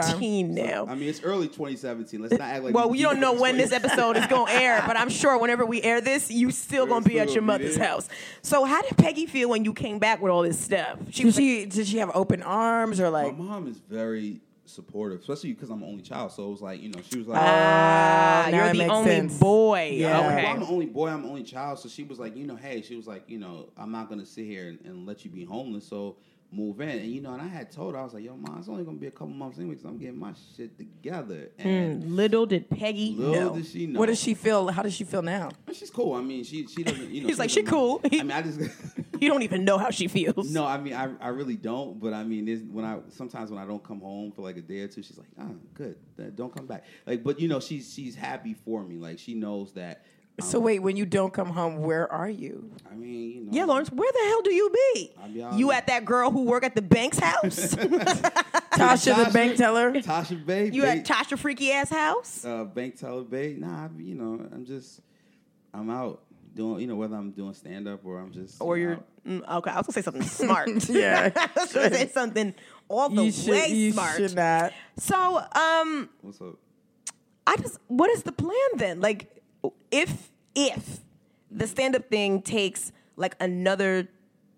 Speaker 3: some
Speaker 2: 2017 now.
Speaker 4: I mean, it's early 2017. Let's not act like.
Speaker 2: Well, we don't know when this episode is going to air, but I'm sure whenever we air this, you still
Speaker 4: We're
Speaker 2: going to be
Speaker 4: still
Speaker 2: at your
Speaker 4: gonna be
Speaker 2: mother's
Speaker 4: there.
Speaker 2: house. So, how did Peggy feel when you came back with all this stuff? She
Speaker 3: Did
Speaker 2: was
Speaker 3: she did she have open arms or
Speaker 4: My
Speaker 3: like?
Speaker 4: mom is very supportive, especially because I'm an only child. So it was like, you know, she was like,
Speaker 2: ah,
Speaker 3: now
Speaker 2: you're
Speaker 3: it
Speaker 2: the
Speaker 3: makes
Speaker 2: only
Speaker 3: sense.
Speaker 2: boy.
Speaker 3: Yeah.
Speaker 4: Well,
Speaker 2: Okay.
Speaker 4: I'm the only boy. I'm the only child. So she was like, you know, hey, she was like, you know, I'm not gonna sit here and, and let you be homeless. So move in. And you know, and I had told her, I was like, yo, mom, it's only gonna be a couple months anyway, 'cause I'm getting my shit together. And
Speaker 2: Little did Peggy
Speaker 4: little
Speaker 2: know.
Speaker 4: did she know.
Speaker 3: What does she feel? How does she feel now?
Speaker 4: She's cool. I mean, she she doesn't. You know,
Speaker 2: He's like,
Speaker 4: doesn't
Speaker 2: "She cool."
Speaker 4: mind. I mean, I just.
Speaker 2: you don't even know how she feels.
Speaker 4: No, I mean I, I really don't, but I mean it's, when I sometimes when I don't come home for like a day or two, she's like, "Ah, good, Th- don't come back." Like, but you know she's she's happy for me. Like she knows that.
Speaker 3: So wait, when you don't come home, where are you?
Speaker 4: I mean, you know.
Speaker 2: Yeah, Lawrence, where the hell do you be?
Speaker 4: I'll be out
Speaker 2: you
Speaker 4: here.
Speaker 2: at that girl who work at the bank's house?
Speaker 3: Tasha, the bank teller.
Speaker 4: Tasha Bay.
Speaker 2: you at Tasha freaky ass house?
Speaker 4: uh, bank teller Bay. Nah, I, you know I'm just I'm out doing you know whether I'm doing stand up or I'm just
Speaker 2: Or
Speaker 4: you know,
Speaker 2: you're
Speaker 4: out.
Speaker 2: mm, okay? I was gonna say something smart.
Speaker 3: Yeah.
Speaker 2: I was gonna say something all the
Speaker 3: You should.
Speaker 2: way
Speaker 3: you
Speaker 2: smart.
Speaker 3: should not.
Speaker 2: So, um,
Speaker 4: what's up?
Speaker 2: I just what is the plan then? Like, if if the stand up thing takes like another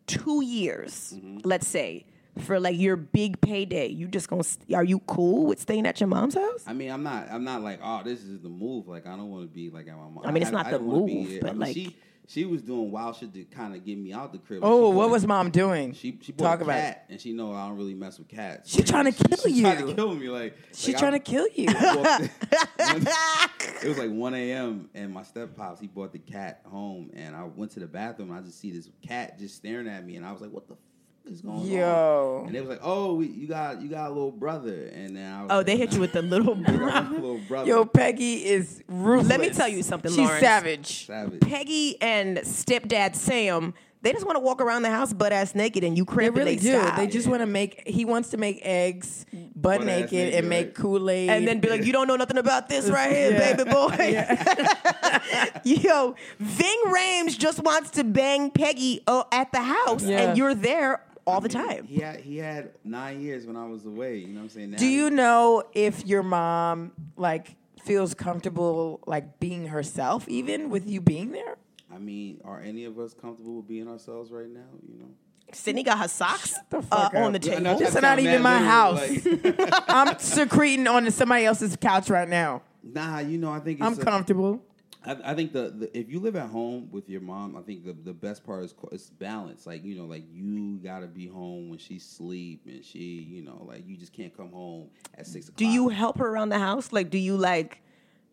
Speaker 2: two years,
Speaker 4: Mm-hmm.
Speaker 2: let's say. For like your big payday, you just gonna st- are you cool with staying at your mom's house?
Speaker 4: I mean, I'm not. I'm not like, oh, this is the move. Like, I don't want to be like at my mom.
Speaker 2: I mean, it's not the
Speaker 4: don't wanna be
Speaker 2: move,
Speaker 4: it.
Speaker 2: but,
Speaker 4: I mean,
Speaker 2: like-
Speaker 4: she, she was doing wild shit to kind of get me out the crib. Like,
Speaker 3: Oh,
Speaker 4: she
Speaker 3: what
Speaker 4: bought-
Speaker 3: was mom doing?
Speaker 4: She she bought
Speaker 3: talk
Speaker 4: a
Speaker 3: about. it.
Speaker 4: cat, and she know I don't really mess with cats.
Speaker 3: She tryna kill
Speaker 4: she, She trying
Speaker 3: you.
Speaker 4: to kill me. Like
Speaker 3: She
Speaker 4: like,
Speaker 3: trying
Speaker 4: I-
Speaker 3: to kill you.
Speaker 4: I walked in- it was like 1 a.m. and my step pops he brought the cat home and I went to the bathroom and I just see this cat just staring at me and I was like, what the fuck is going
Speaker 3: Yo.
Speaker 4: on? And they was like, oh, we, you got you got a little brother and then I was
Speaker 2: Oh,
Speaker 4: like,
Speaker 2: they hit you
Speaker 4: nah,
Speaker 2: with the little
Speaker 4: I got a little brother.
Speaker 3: Yo, Peggy is ruthless.
Speaker 2: Let me tell you something,
Speaker 3: She's
Speaker 2: Lawrence.
Speaker 3: savage.
Speaker 4: savage.
Speaker 2: Peggy and stepdad Sam, they just want to walk around the house butt ass naked and you
Speaker 3: They
Speaker 2: cramp
Speaker 3: really
Speaker 2: and
Speaker 3: do.
Speaker 2: stop.
Speaker 3: They just want to make. He wants to make eggs butt
Speaker 4: Butt-ass
Speaker 3: naked
Speaker 4: naked,
Speaker 3: and make
Speaker 4: right.
Speaker 3: Kool Aid,
Speaker 2: and then be like, you don't know nothing about this right here,
Speaker 3: Yeah.
Speaker 2: baby boy. Yo, Ving Rames just wants to bang Peggy uh, at the house,
Speaker 3: Yeah.
Speaker 2: and you're there all the
Speaker 4: I mean,
Speaker 2: time.
Speaker 4: He had he had nine years when I was away. You know what I'm saying? Now
Speaker 3: Do you know if your mom like feels comfortable like being herself even with you being there?
Speaker 4: I mean, are any of us comfortable with being ourselves right now? You know.
Speaker 2: Sydney got her socks
Speaker 3: the
Speaker 2: uh,
Speaker 3: fuck
Speaker 2: on
Speaker 3: up.
Speaker 2: the
Speaker 4: I
Speaker 2: table.
Speaker 4: know
Speaker 3: This
Speaker 4: that
Speaker 3: is not
Speaker 4: sound
Speaker 3: even
Speaker 4: mad
Speaker 3: my
Speaker 4: literal, like-
Speaker 3: I'm secreting on somebody else's couch right now.
Speaker 4: nah, you know, I think it's
Speaker 3: I'm
Speaker 4: a-
Speaker 3: comfortable.
Speaker 4: I, I think the, the if you live at home with your mom, I think the, the best part is co- it's balance. Like you know, like you gotta be home when she sleep and she, you know, like you just can't come home at six o'clock.
Speaker 2: Do you help her around the house? Like, do you like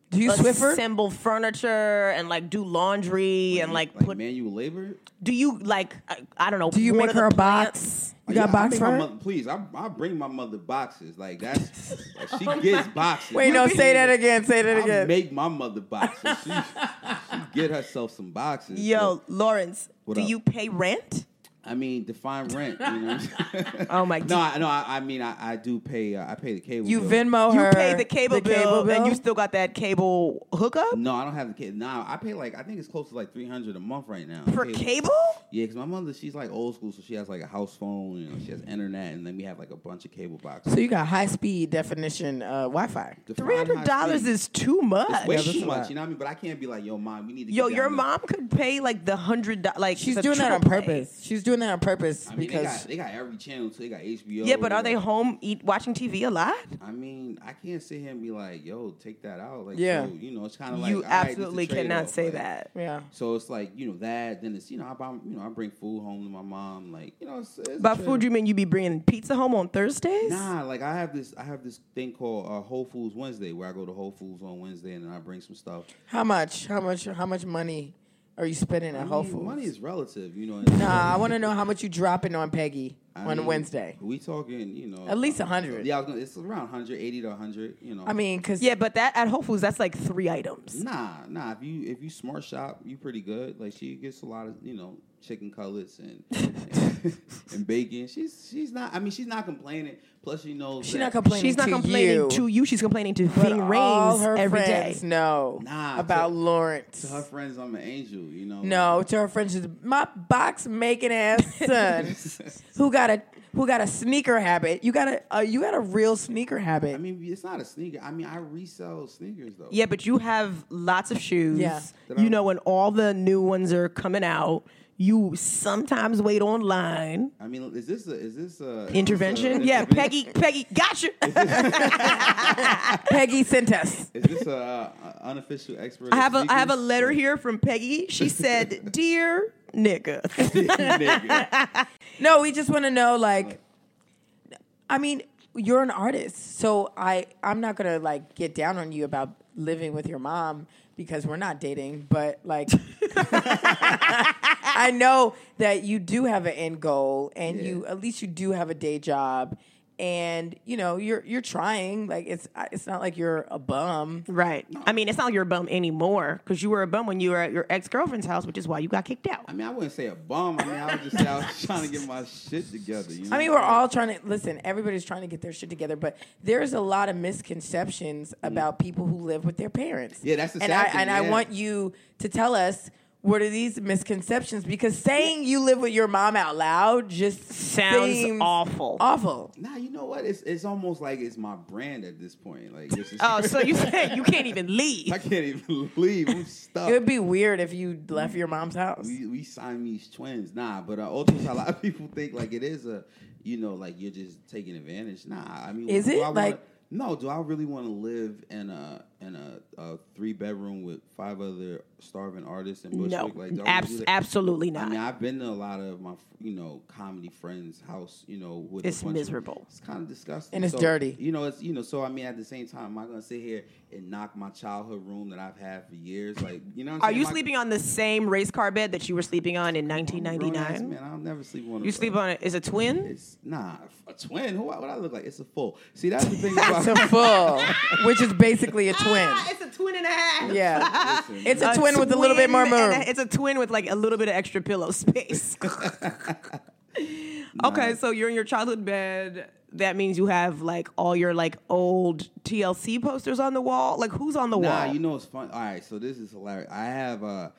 Speaker 3: Do you Swiffer?
Speaker 2: assemble furniture and like do laundry and like,
Speaker 4: like
Speaker 2: put?
Speaker 4: manual labor?
Speaker 2: do you like I, I don't know?
Speaker 3: Do you
Speaker 2: water
Speaker 3: make
Speaker 2: the
Speaker 3: her a
Speaker 2: plants?
Speaker 3: box? You got
Speaker 4: Yeah,
Speaker 3: a
Speaker 4: I
Speaker 3: box
Speaker 4: think
Speaker 3: for
Speaker 4: my
Speaker 3: her?
Speaker 4: mother- please, I I bring my mother boxes. Like that's like, she gets boxes.
Speaker 3: Oh Wait, no, say that again. Say that
Speaker 4: I
Speaker 3: again.
Speaker 4: make my mother boxes. She, she get herself some boxes.
Speaker 2: Yo,
Speaker 4: but,
Speaker 2: Lawrence,
Speaker 4: What
Speaker 2: do
Speaker 4: up?
Speaker 2: you pay rent?
Speaker 4: I mean, define rent. You know. What I'm saying?
Speaker 2: Oh my
Speaker 4: no, I, no, I, I mean, I, I do pay. Uh, I pay the cable.
Speaker 3: You
Speaker 4: bill.
Speaker 3: Venmo
Speaker 2: You
Speaker 3: her.
Speaker 2: pay the cable, bill, and you
Speaker 3: bill?
Speaker 2: still got that cable hookup
Speaker 4: No, I don't have the cable. Nah, I pay like I think it's close to like three hundred a month right now.
Speaker 2: for cable?
Speaker 4: Yeah, because my mother she's like old school, so she has like a house phone, you know, she has internet, and then we have like a bunch of cable boxes.
Speaker 3: So you got high speed definition uh, Wi Fi.
Speaker 4: Define
Speaker 2: Three hundred
Speaker 4: high
Speaker 2: dollars
Speaker 4: speed.
Speaker 2: is too much.
Speaker 4: way
Speaker 3: that's
Speaker 4: too
Speaker 3: a
Speaker 4: much,
Speaker 3: lot.
Speaker 4: you know what I mean? But I can't be like, yo, mom, we need to.
Speaker 2: Yo,
Speaker 4: get
Speaker 2: your
Speaker 4: down to-"
Speaker 2: mom could pay like the hundred dollars. Like
Speaker 3: She's
Speaker 2: the
Speaker 3: doing that on
Speaker 2: triple play.
Speaker 3: purpose. She's doing that on purpose
Speaker 4: I mean, they
Speaker 3: because
Speaker 4: got, they got every channel too. They got HBO.
Speaker 2: Yeah, but are
Speaker 4: they
Speaker 2: they home eat watching TV a lot?
Speaker 4: I mean, I can't sit here and be like, yo, take that out. Like,
Speaker 3: Yeah.
Speaker 4: so, you know, it's kind of like
Speaker 2: you
Speaker 4: all right, this is a
Speaker 2: absolutely cannot
Speaker 4: trade-off,
Speaker 2: say
Speaker 4: like-
Speaker 2: that.
Speaker 3: yeah.
Speaker 4: So it's like you know that. Then it's you know I buy, you know I bring food home to my mom. Like you know, it's, it's a
Speaker 2: By
Speaker 4: trade-off.
Speaker 2: food, you mean you be bringing pizza home on Thursdays?
Speaker 4: Nah, like I have this, I have this thing called uh, Whole Foods Wednesday, where I go to Whole Foods on Wednesday and then I bring some stuff.
Speaker 3: How much? How much? How much money are you spending at
Speaker 4: I
Speaker 3: Whole
Speaker 4: mean,
Speaker 3: Foods?
Speaker 4: money is relative, you know.
Speaker 3: Nah, I want to know how much you dropping on Peggy on Wednesday.
Speaker 4: We talking, you know, uh,
Speaker 3: At least 100.
Speaker 4: Yeah, I was gonna, it's around 180 to 100. You know,
Speaker 3: I mean, cause
Speaker 2: Yeah, but that at Whole Foods, that's like three items.
Speaker 4: nah, nah. If you if you smart shop, you pretty good. Like she gets a lot of you know chicken cutlets and and, and bacon. She's she's not. I mean, she's not complaining. Plus, she knows
Speaker 3: She's
Speaker 4: that-
Speaker 3: not complaining.
Speaker 2: She's not
Speaker 3: to
Speaker 2: complaining
Speaker 3: you,
Speaker 2: to you. She's complaining to
Speaker 3: but
Speaker 2: Ving
Speaker 3: all
Speaker 2: Rhames
Speaker 3: her
Speaker 2: every day.
Speaker 3: friends know
Speaker 4: Nah,
Speaker 3: about
Speaker 4: to-
Speaker 3: Lawrence.
Speaker 4: To her friends, I'm an angel. You know.
Speaker 3: no, to her friends, she's, my box making ass son who got a who got a sneaker habit. You got a uh, you got a real sneaker habit.
Speaker 4: I mean, it's not a sneaker. I mean, I resell sneakers though.
Speaker 2: Yeah, but you have lots of shoes.
Speaker 3: Yeah.
Speaker 4: That
Speaker 2: You
Speaker 4: I'm-
Speaker 2: know, when all the new ones are coming out, you sometimes wait online.
Speaker 4: I mean, is this a is this a
Speaker 2: Intervention?
Speaker 4: is this a-
Speaker 2: Yeah, Peggy, Peggy, gotcha.
Speaker 3: Peggy sent us.
Speaker 4: Is this a, uh, unofficial expert?
Speaker 2: I have a I have a letter here from Peggy. She said, "Dear nigga,
Speaker 3: No, we just want to know, like, I mean, you're an artist, so I I'm not gonna like get down on you about living with your mom because we're not dating, but like, I know that you do have an end goal, and you at least you do have a day job. And you know you're you're trying like it's it's not like you're a bum.
Speaker 2: right? I mean, it's not like you're a bum anymore because you were a bum when you were at your ex girlfriend's house, which is why you got kicked out."
Speaker 4: I mean, I wouldn't say a bum. I mean, I was just I was trying to get my shit together. You know?
Speaker 3: I mean, we're all trying to listen. Everybody's trying to get their shit together, but there's a lot of misconceptions about people who live with their parents.
Speaker 4: Mm. Yeah, that's the
Speaker 3: and
Speaker 4: sad
Speaker 3: I
Speaker 4: thing,
Speaker 3: and I
Speaker 4: yeah.
Speaker 3: want you to tell us what are these misconceptions because saying you live with your mom out loud just
Speaker 2: Sounds
Speaker 3: seems
Speaker 2: awful.
Speaker 4: Oh,
Speaker 3: Awful.
Speaker 4: Nah, you know what? It's it's almost like it's my brand at this point. Like, it's just,
Speaker 2: Oh, so you said you can't even leave?
Speaker 4: I can't even leave. I'm stuck.
Speaker 3: It would be weird if you left your mom's house.
Speaker 4: we, we Siamese twins, nah. But uh, ultimately, a lot of people think like it is a, you know, like you're just taking advantage. Nah, I mean,
Speaker 3: Is
Speaker 4: do
Speaker 3: it?
Speaker 4: I wanna-
Speaker 3: Like-
Speaker 4: no? Do I really want to live in a in a, a three bedroom with five other starving artists in
Speaker 2: No,
Speaker 4: Bushwick? like, do I wanna do
Speaker 2: abs-
Speaker 4: that?
Speaker 2: absolutely
Speaker 4: I
Speaker 2: not.
Speaker 4: mean, I've been to a lot of my, you know, comedy friends' house. You know, with a
Speaker 2: It's
Speaker 4: bunch of-
Speaker 2: miserable.
Speaker 4: it's kind of disgusting,
Speaker 3: And it's
Speaker 4: So,
Speaker 3: dirty.
Speaker 4: You know, it's you know. So I mean, at the same time, am I gonna sit here and knock my childhood room that I've had for years? Like, you know, what I'm
Speaker 2: Are
Speaker 4: saying?
Speaker 2: you
Speaker 4: Am I-
Speaker 2: sleeping on the same race car bed that you were sleeping on in
Speaker 4: Grown-ass
Speaker 2: 1999?
Speaker 4: Man, I'll never sleep on. a-
Speaker 2: You sleep on it? Is a twin?
Speaker 4: It's nah, a twin. Who what I look like? It's a full. See, that's the thing about.
Speaker 3: It's a full, which is basically a twin.
Speaker 4: Ah,
Speaker 2: it's a twin and a half.
Speaker 3: Yeah,
Speaker 4: Listen,
Speaker 3: it's a twin with a little bit more
Speaker 2: twin and
Speaker 3: room.
Speaker 2: a- It's a twin with like a little bit of extra pillow space. okay, so you're in your childhood bed. That means you have like all your like old TLC posters on the wall. Like who's on the
Speaker 4: nah,
Speaker 2: wall?
Speaker 4: you know it's fun. All right, so this is hilarious. I have uh,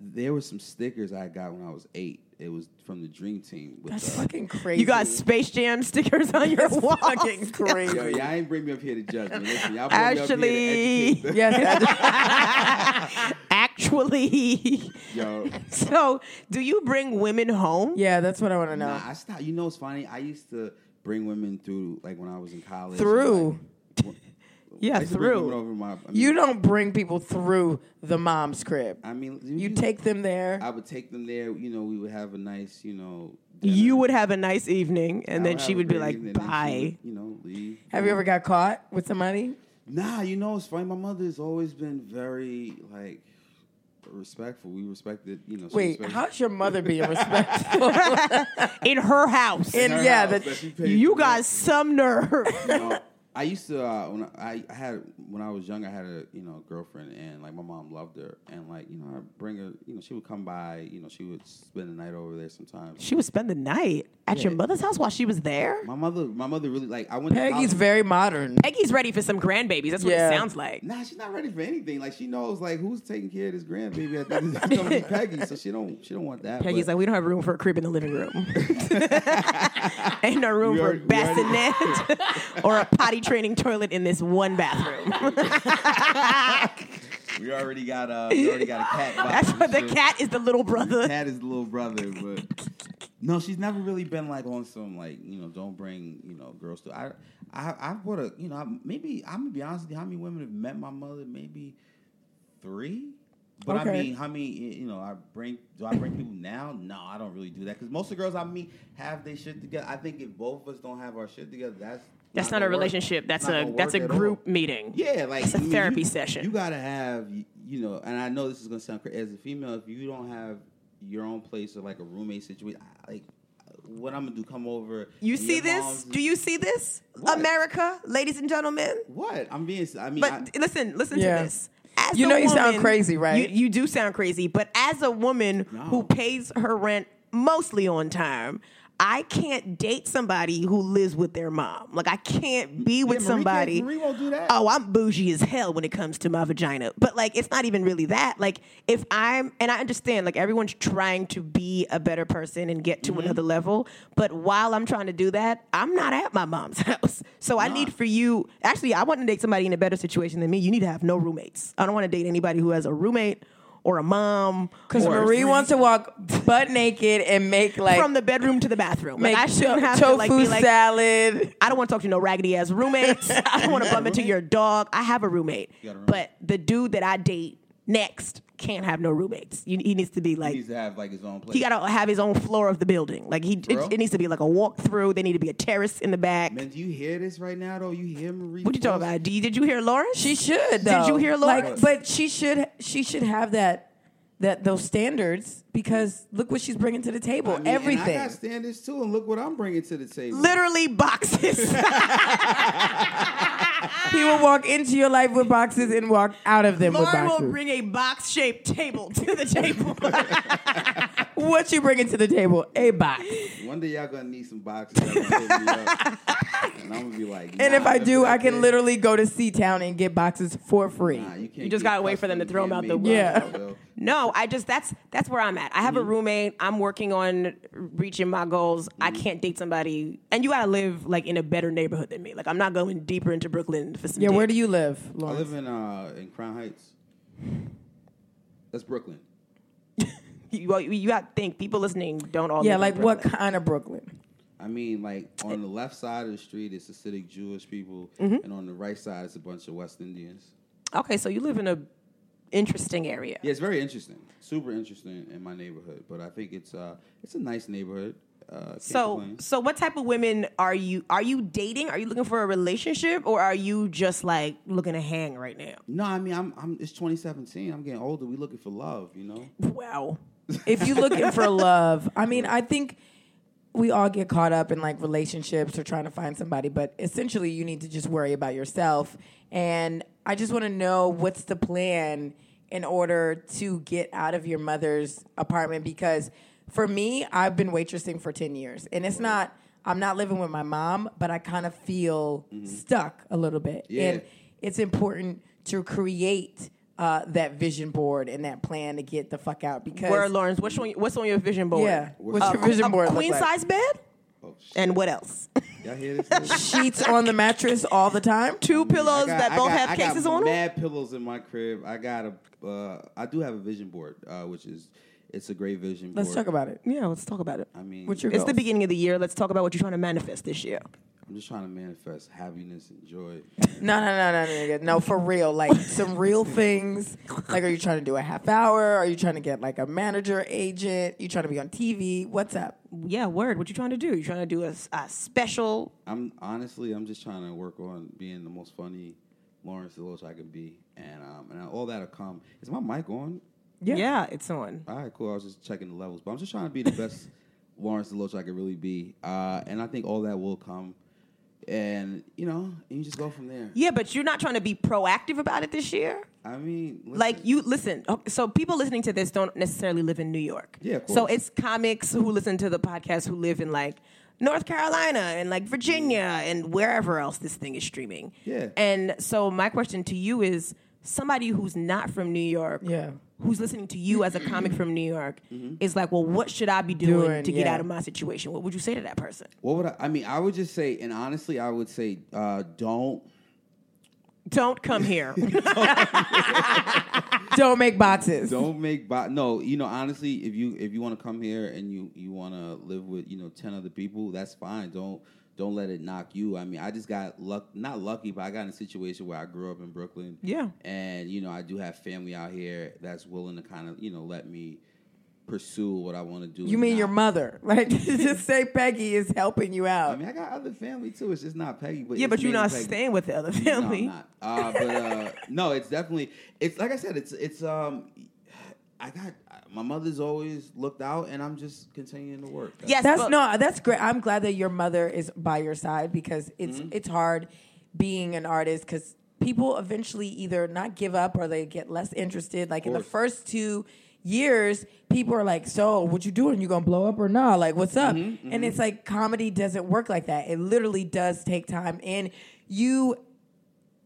Speaker 4: there were some stickers I got when I was eight. It was from the Dream Team. With,
Speaker 3: That's
Speaker 4: uh,
Speaker 3: fucking crazy.
Speaker 2: You got Space Jam stickers on your wall.
Speaker 3: fucking crazy.
Speaker 4: Yo, y'all ain't bring me up here to judge me. Listen, y'all bring me up
Speaker 2: Actually,
Speaker 4: here to educate.
Speaker 3: Yes, I just-
Speaker 2: actually.
Speaker 4: Yo,
Speaker 2: So, do you bring women home?
Speaker 3: yeah, that's what I want to know.
Speaker 4: nah, I stopped. You know, it's funny. I used to bring women through, like when I was in college.
Speaker 3: Through.
Speaker 4: and, like, I
Speaker 2: Yeah,
Speaker 4: used to bring women
Speaker 2: through.
Speaker 4: over my. I mean,
Speaker 3: You don't bring people through the mom's crib.
Speaker 4: I mean,
Speaker 3: You take them there.
Speaker 4: I would take them there. You know, we would have a nice, you know. dinner.
Speaker 2: You would have a nice evening,
Speaker 4: I
Speaker 2: and then
Speaker 4: would
Speaker 2: she
Speaker 4: have a
Speaker 2: would be
Speaker 4: great
Speaker 2: like,
Speaker 4: evening, and then she
Speaker 2: "Bye."
Speaker 4: would, you know, leave.
Speaker 3: Have you ever got caught with somebody?
Speaker 4: Nah, you know, it's funny. My mother's always been very like respectful. We respected, you know. she
Speaker 3: Wait,
Speaker 4: respected-
Speaker 3: how's your mother being respectful?
Speaker 2: in her house.
Speaker 3: In-
Speaker 4: Her
Speaker 3: yeah,
Speaker 4: house
Speaker 3: that-
Speaker 4: she paid
Speaker 2: you
Speaker 4: for.
Speaker 2: got some nerve.
Speaker 4: You know, I used to uh, when I, I had when I was young, I had a you know girlfriend, and like my mom loved her, and like you know I bring her, you know she would come by, you know she would spend the night over there sometimes.
Speaker 2: she would spend the night at your mother's house while she was there.
Speaker 4: my mother, my mother really like I went.
Speaker 3: Peggy's
Speaker 4: to college-
Speaker 3: very modern.
Speaker 2: Peggy's ready for some grandbabies. That's what
Speaker 3: Yeah.
Speaker 2: it sounds like.
Speaker 4: Nah, she's not ready for anything. Like she knows, like who's taking care of this grandbaby. I think it's gonna be Peggy, so she don't, she don't want that.
Speaker 2: Peggy's
Speaker 4: but-
Speaker 2: like, we don't have room for a crib in the living room. Ain't no room
Speaker 4: We
Speaker 2: for a
Speaker 4: already- we already-
Speaker 2: bassinet or a potty training toilet in this one bathroom.
Speaker 4: We already got a we already got a cat.
Speaker 2: That's
Speaker 4: box
Speaker 2: what the
Speaker 4: and shit.
Speaker 2: cat is the little brother.
Speaker 4: Cat is the little brother, but no, she's never really been like on some like you know don't bring you know girls to. I I I would have you know I- maybe I'm gonna be honest with you. How many women have met my mother? Maybe three. But I
Speaker 3: Okay.
Speaker 4: mean, how many? You know, I bring. Do I bring people now? No, I don't really do that because most of the girls I meet have their shit together. I think if both of us don't have our shit together, that's
Speaker 2: That's not
Speaker 4: gonna
Speaker 2: a
Speaker 4: work.
Speaker 2: relationship. That's
Speaker 4: It's not
Speaker 2: a
Speaker 4: gonna
Speaker 2: that's a
Speaker 4: work at all.
Speaker 2: group meeting.
Speaker 4: Yeah, like
Speaker 2: It's a
Speaker 4: I mean,
Speaker 2: therapy
Speaker 4: you-
Speaker 2: session.
Speaker 4: You gotta have, y- you know, and I know this is gonna sound crazy. As a female, if you don't have your own place or like a roommate situation, I- like what I'm gonna do? Come over.
Speaker 2: You
Speaker 4: and
Speaker 2: see
Speaker 4: your
Speaker 2: this?
Speaker 4: mom's-
Speaker 2: Do you see this?
Speaker 4: What?
Speaker 2: America, ladies and gentlemen.
Speaker 4: What I'm being? I mean, I,
Speaker 2: But listen, listen
Speaker 3: Yeah.
Speaker 2: to this. As as
Speaker 3: You
Speaker 2: a
Speaker 3: know you sound
Speaker 2: woman-
Speaker 3: crazy, right?
Speaker 2: You, you do sound crazy, but as a woman who pays her rent mostly on time, I can't date somebody who lives with their mom. Like I can't be with
Speaker 4: Marie can't-
Speaker 2: somebody.
Speaker 4: Marie won't do that.
Speaker 2: Oh, I'm bougie as hell when it comes to my vagina. But like, it's not even really that. Like, if I'm, and I understand, like everyone's trying to be a better person and get to
Speaker 3: Mm-hmm.
Speaker 2: another level. But while I'm trying to do that, I'm not at my mom's house. So I need for you. Actually, I want to date somebody in a better situation than me. You need to have no roommates. I don't want to date anybody who has a roommate or a mom.
Speaker 3: Because
Speaker 2: or-
Speaker 3: Marie wants to walk butt naked and make like
Speaker 2: from the bedroom to the bathroom.
Speaker 3: make
Speaker 2: like I shouldn't
Speaker 3: to-
Speaker 2: have
Speaker 3: tofu
Speaker 2: to like be like,
Speaker 3: salad.
Speaker 2: I don't want to talk to no raggedy ass roommates. I don't want to bump into your dog. I have a roommate,
Speaker 4: got a roommate.
Speaker 2: but the dude that I date next can't have no roommates. You, he needs to be
Speaker 4: He
Speaker 2: like
Speaker 4: needs to have like his own place.
Speaker 2: he got to have his own floor of the building. Like he,
Speaker 4: Bro.
Speaker 2: it, it needs to be like a walkthrough. There need to be a terrace in the back.
Speaker 4: Man, do you hear this right now? Though you hear Marie?
Speaker 2: What you talking
Speaker 4: Close?
Speaker 2: about? Do you, did you hear Lauren?
Speaker 3: She should. Though.
Speaker 2: Did you hear Lauren?
Speaker 3: Like, but she should. She should have that. That those standards because look what she's bringing to the table.
Speaker 4: I mean, and
Speaker 3: Everything.
Speaker 4: I got standards too, and look what I'm bringing to the table.
Speaker 2: literally boxes.
Speaker 3: He will walk into your life with boxes and walk out of them with
Speaker 2: Lauren
Speaker 3: boxes.
Speaker 2: will bring a box shaped table to the table.
Speaker 3: what you bringing to the table? A box.
Speaker 4: One day y'all gonna need some boxes. Y'all gonna hit me up, and I'm gonna be like,
Speaker 3: And if
Speaker 4: nah,
Speaker 3: I
Speaker 4: that's
Speaker 3: do,
Speaker 4: what
Speaker 3: I can
Speaker 4: did.
Speaker 3: literally go to Sea Town and get boxes for free.
Speaker 4: Nah, you, can't
Speaker 2: You just
Speaker 4: get
Speaker 2: gotta wait for them to
Speaker 4: custom
Speaker 2: throw 'em out the
Speaker 4: handmade
Speaker 3: window.
Speaker 4: boxes, yo.
Speaker 2: No, I just that's that's where I'm at. I
Speaker 3: Mm-hmm.
Speaker 2: have a roommate. I'm working on reaching my goals. I
Speaker 3: Mm-hmm.
Speaker 2: can't date somebody, and you gotta live like in a better neighborhood than me. Like I'm not going deeper into Brooklyn for some.
Speaker 3: Yeah,
Speaker 2: dick.
Speaker 3: where do you live,
Speaker 4: I
Speaker 3: Lauren?
Speaker 4: live in uh in Crown Heights. That's Brooklyn.
Speaker 2: you? Well, you, you gotta think. People listening don't all.
Speaker 3: yeah,
Speaker 2: live
Speaker 3: like
Speaker 2: in
Speaker 3: what
Speaker 2: Brooklyn.
Speaker 3: kind of Brooklyn?
Speaker 4: I mean, like on the left side of the street, it's Hasidic Jewish people,
Speaker 2: Mm-hmm.
Speaker 4: and on the right side, it's a bunch of West Indians.
Speaker 2: Okay, so you live in a interesting area.
Speaker 4: Yeah, it's very interesting, super interesting in my neighborhood. But I think it's uh it's a nice neighborhood. Uh, can't
Speaker 2: So,
Speaker 4: complain.
Speaker 2: so what type of women are you? Are you dating? Are you looking for a relationship, or are you just like looking to hang right now?
Speaker 4: no, I mean, I'm I'm it's 2017. I'm getting older. We looking for love, you know.
Speaker 2: Wow.
Speaker 3: if you're looking for love, I mean, I think we all get caught up in like relationships or trying to find somebody, but essentially you need to just worry about yourself. And I just want to know what's the plan in order to get out of your mother's apartment because for me, I've been waitressing for 10 years and it's not I'm not living with my mom, but I kind of feel stuck a little bit.
Speaker 4: Yeah.
Speaker 3: And it's important to create uh, that vision board and that plan to get the fuck out because
Speaker 2: Where Lawrence? What's on what's on your vision board?
Speaker 3: yeah. What's your
Speaker 4: Uh,
Speaker 3: vision board
Speaker 2: a
Speaker 3: look
Speaker 2: queen
Speaker 3: like?
Speaker 2: size bed.
Speaker 4: Oh, shit.
Speaker 2: And what else?
Speaker 4: Y'all hear this?
Speaker 3: sheets on the mattress all the time.
Speaker 2: Two pillows
Speaker 4: I got-
Speaker 2: that
Speaker 4: I
Speaker 2: both
Speaker 4: got-
Speaker 2: have
Speaker 4: I got
Speaker 2: cases on them.
Speaker 4: Mad pillows in my crib. I got a. Uh, I do have a vision board, uh, which is it's a great vision board.
Speaker 3: Let's talk about it.
Speaker 2: Yeah, let's talk about it.
Speaker 4: I mean,
Speaker 3: What's your
Speaker 2: It's the
Speaker 3: goals?
Speaker 2: beginning of the year. Let's talk about what you're trying to manifest this year.
Speaker 4: I'm just trying to manifest happiness and joy.
Speaker 3: No, no, no, no, no, nigga. no, for real. Like some real things. Like, are you trying to do a half hour? Are you trying to get like a manager agent? You trying to be on TV? What's up?
Speaker 2: Yeah, word. What you trying to do? You trying to do a, s- a special?
Speaker 4: I'm honestly, I'm just trying to work on being the most funny Lawrence Deloach I can be, and um, and all that'll come. Is my mic on?
Speaker 2: Yeah, it's on.
Speaker 4: All right, cool. I was just checking the levels, but I'm just trying to be the best Lawrence Deloach I could really be, uh, and I think all that will come, and you know, and you just go from there.
Speaker 2: Yeah, but you're not trying to be proactive about it this year.
Speaker 4: I mean, listen,
Speaker 2: Like you listen. okay, So people listening to this don't necessarily live in New York.
Speaker 4: Yeah, of
Speaker 2: so
Speaker 4: course.
Speaker 2: it's comics who listen to the podcast who live in like North Carolina and like Virginia and wherever else this thing is streaming.
Speaker 4: Yeah.
Speaker 2: And so my question to you is somebody who's not from New York.
Speaker 3: Yeah.
Speaker 2: Who's listening to you as a comic from New York
Speaker 4: Mm-hmm.
Speaker 2: is like, well, what should I be doing,
Speaker 3: Doing,
Speaker 2: to get
Speaker 3: yeah.
Speaker 2: out of my situation? What would you say to that person?
Speaker 4: What would I, I mean? I would just say, and honestly, I would say, uh, don't.
Speaker 2: Don't come here.
Speaker 3: Don't make boxes.
Speaker 4: Don't make bo- no. You know, honestly, if you if you want to come here and you you want to live with you know ten other people, that's fine. Don't don't let it knock you. I mean, I just got luck, not lucky, but I got in a situation where I grew up in Brooklyn.
Speaker 2: Yeah.
Speaker 4: and you know, I do have family out here that's willing to kind of you know let me pursue what I want to do.
Speaker 3: You
Speaker 4: and
Speaker 3: mean
Speaker 4: not-
Speaker 3: your mother? Like, just say Peggy is helping you
Speaker 4: I
Speaker 3: out.
Speaker 4: mean, I got other family too. It's just not Peggy, but
Speaker 2: yeah,
Speaker 4: it's
Speaker 2: but you're
Speaker 4: mainly
Speaker 2: not
Speaker 4: Peggy.
Speaker 2: staying with the other
Speaker 4: No,
Speaker 2: family.
Speaker 4: I'm not. Uh, but uh, no, it's definitely. It's like I said. It's it's um. I got my mother's always looked out, and I'm just continuing to work. That's-
Speaker 2: Yes,
Speaker 3: That's
Speaker 2: but-
Speaker 3: no, that's great. I'm
Speaker 2: Mm-hmm.
Speaker 3: glad that your mother is by your side because it's it's hard being an artist because people eventually either not give up or they get less interested. Like in the
Speaker 4: course.
Speaker 3: first two years, people are like, "So, what you doing? You gonna blow up or not? Like, what's up?"
Speaker 2: Mm-hmm,
Speaker 3: And it's like comedy doesn't work like that. It literally does take time, and you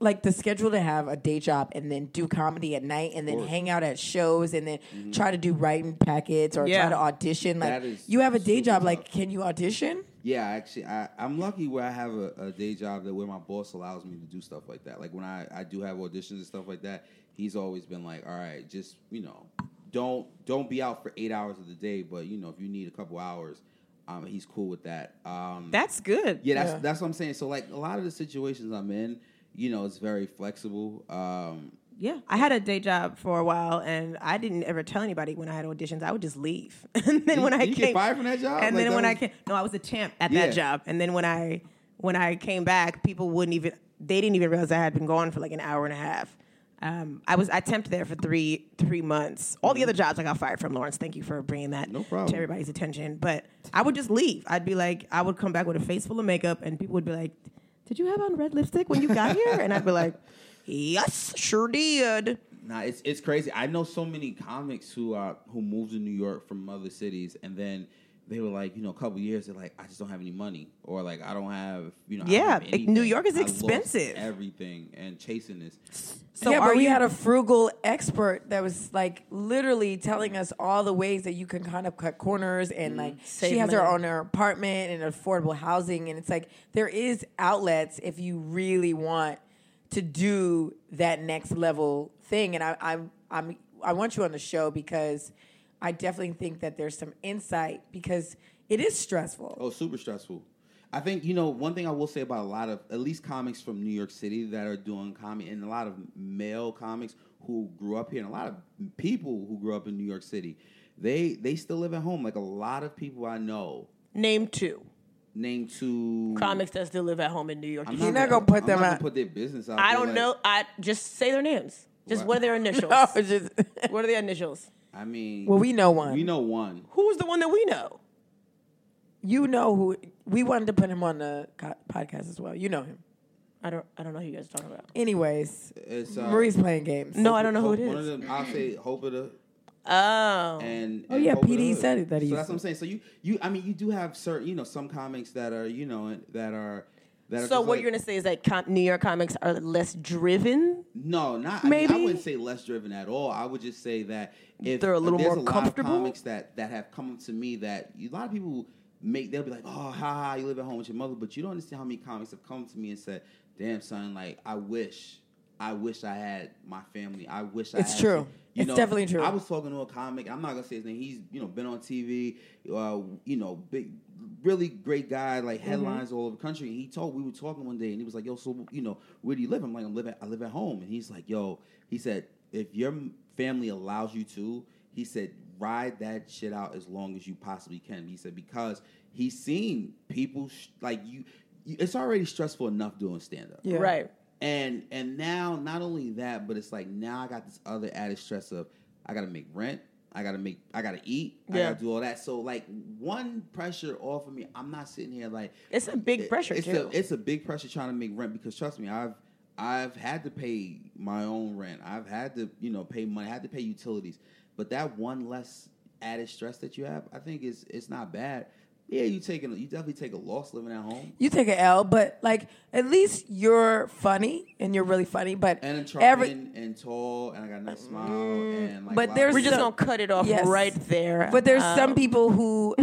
Speaker 3: like the schedule to have a day job and then do comedy at night and then hang out at shows and then try to do writing packets or
Speaker 2: Mm-hmm. Yeah.
Speaker 3: try to audition. Like
Speaker 4: That is
Speaker 3: you have a day
Speaker 4: super
Speaker 3: job,
Speaker 4: tough.
Speaker 3: like can you audition?
Speaker 4: Yeah, actually, I, I'm lucky where I have a, a day job that where my boss allows me to do stuff like that. Like when I, I do have auditions and stuff like that, he's always been like, "All right, just you know, don't don't be out for eight hours of the day, but you know, if you need a couple hours, um, he's cool with that." Um,
Speaker 2: That's good.
Speaker 4: yeah, that's that's what I'm saying. So like a lot of the situations I'm in, you know, it's very flexible. Um,
Speaker 2: Yeah, I had a day job for a while, and I didn't ever tell anybody when I had auditions. I would just leave, and then
Speaker 4: You-
Speaker 2: when I
Speaker 4: you
Speaker 2: came,
Speaker 4: get fired from that job?
Speaker 2: and
Speaker 4: Like,
Speaker 2: then
Speaker 4: that
Speaker 2: when I
Speaker 4: was-
Speaker 2: came, no, I was a temp at
Speaker 4: Yeah.
Speaker 2: that job, and then when I when I came back, people wouldn't even they didn't even realize I had been gone for like an hour and a half. Um, I was I temped there for three three months. All
Speaker 4: Mm-hmm.
Speaker 2: the other jobs I got fired from, Lawrence. Thank you for bringing that
Speaker 4: No problem.
Speaker 2: to everybody's attention. But I would just leave. I'd be like, I would come back with a face full of makeup, and people would be like, "Did you have on red lipstick when you got here?" And I'd be like. Yes, sure did.
Speaker 4: Nah, it's it's crazy. I know so many comics who uh who moved to New York from other cities, and then they were like, you know, a couple years. They're like, I just don't have any money, or like, I don't have, you know, I don't
Speaker 2: Yeah,
Speaker 4: have
Speaker 2: it-
Speaker 4: anything.
Speaker 2: New York is
Speaker 4: I lost
Speaker 2: expensive.
Speaker 4: everything and chasing this.
Speaker 2: So
Speaker 3: yeah,
Speaker 2: are
Speaker 3: but we
Speaker 2: you
Speaker 3: had a frugal expert that was like literally telling us all the ways that you can kind of cut corners and
Speaker 2: Mm,
Speaker 3: like she has her own apartment and affordable housing and it's like there is outlets if you really want to do that next level thing and I I'm I'm I want you on the show because I definitely think that there's some insight because it is stressful.
Speaker 4: Oh, super stressful. I think you know one thing I will say about a lot of at least comics from New York City that are doing comedy, and a lot of male comics who grew up here, and a lot of people who grew up in New York City, they they still live at home. Like a lot of people I know,
Speaker 2: Name two
Speaker 4: name two
Speaker 2: comics that still live at home in New York.
Speaker 4: I'm
Speaker 3: You're not gonna put
Speaker 4: I'm
Speaker 3: them
Speaker 4: not
Speaker 3: out.
Speaker 4: Gonna put their business out.
Speaker 2: I
Speaker 4: there,
Speaker 2: don't
Speaker 4: like-
Speaker 2: know. I just say their names. Just
Speaker 4: What?
Speaker 2: what are their initials?
Speaker 3: Oh, it's just
Speaker 2: What are their initials?
Speaker 4: I mean,
Speaker 3: well we know one.
Speaker 4: we know one.
Speaker 2: Who's the one that we know?
Speaker 3: you know who we wanted to put him on the co- podcast as well. You know him.
Speaker 2: I don't. I don't know who you guys are talking about.
Speaker 3: Anyways,
Speaker 4: It's uh,
Speaker 3: Marie's playing games.
Speaker 2: No, I don't know who it
Speaker 4: One of
Speaker 2: is.
Speaker 4: them, I'll say Hope of the
Speaker 2: Oh,
Speaker 4: and
Speaker 3: Oh,
Speaker 4: and
Speaker 3: yeah,
Speaker 4: Hope of the
Speaker 3: PD
Speaker 4: Hood.
Speaker 3: said it that he
Speaker 4: So
Speaker 3: used
Speaker 4: that's what I'm saying. So you you I mean you do have certain you know some comics that are you know that are that are.
Speaker 2: so
Speaker 4: just
Speaker 2: what
Speaker 4: like-
Speaker 2: you're gonna say is that com- New York comics are less driven.
Speaker 4: No, not I, mean,
Speaker 2: Maybe?
Speaker 4: I wouldn't say less driven at all. I would just say that if
Speaker 2: They're a little
Speaker 4: there's
Speaker 2: more
Speaker 4: lot of
Speaker 2: comfortable?
Speaker 4: comics that that have come to me that a lot of people make they'll be like, oh, ha, ha, you live at home with your mother, but you don't understand how many comics have come to me and said, damn son, like I wish, I wish I had my family. I wish I.
Speaker 3: It's
Speaker 4: had
Speaker 3: true.
Speaker 4: some-" You
Speaker 3: It's
Speaker 4: know,
Speaker 3: definitely true.
Speaker 4: I was talking to a comic. I'm not gonna say his name. He's you know been on TV. Uh, you know big. Really great guy, like
Speaker 3: Mm-hmm.
Speaker 4: headlines all over the country. And he told we were talking one day, and he was like, "Yo, so you know, where do you live?" I'm like, "I'm living, I live at home." And he's like, "Yo," he said, "If your m- family allows you to," he said, "Ride that shit out as long as you possibly can." He said because he's seen people sh- like you, you. It's already stressful enough doing stand up,
Speaker 2: Right.
Speaker 4: and and now not only that, but it's like now I got this other added stress of I gotta make rent, I gotta make I gotta eat, I
Speaker 2: Yeah.
Speaker 4: gotta do all that. So like one pressure off of me, I'm not sitting here like
Speaker 2: It's a big pressure,
Speaker 4: It's
Speaker 2: too.
Speaker 4: A, it's a big pressure trying to make rent because trust me, I've I've had to pay my own rent. I've had to, you know, pay money, I had to pay utilities. But that one less added stress that you have, I think is it's not bad. Yeah, you taking you definitely take a loss living at home.
Speaker 3: You take an L, but like at least you're funny and you're really funny. But
Speaker 4: And I'm charming
Speaker 3: every Mm,
Speaker 4: and tall, and I got a nice smile, and like.
Speaker 3: but
Speaker 4: a lot of
Speaker 3: there's
Speaker 2: We're just
Speaker 3: some-
Speaker 2: gonna cut it off
Speaker 3: Yes.
Speaker 2: right there.
Speaker 3: but there's some
Speaker 2: Um,
Speaker 3: people who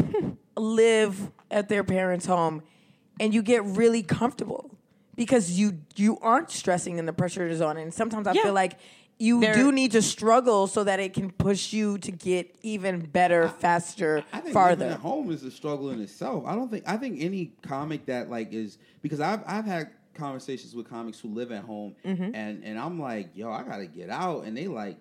Speaker 3: live at their parents' home, and you get really comfortable because you you aren't stressing and the pressure is on. And sometimes I
Speaker 2: Yeah.
Speaker 3: feel like you
Speaker 2: They're-
Speaker 3: do need to struggle so that it can push you to get even better, faster,
Speaker 4: I think
Speaker 3: farther.
Speaker 4: living at home is a struggle in itself. I don't think I think any comic that like is because I've I've had conversations with comics who live at home
Speaker 3: Mm-hmm.
Speaker 4: and and I'm like, yo, I gotta get out, and they like,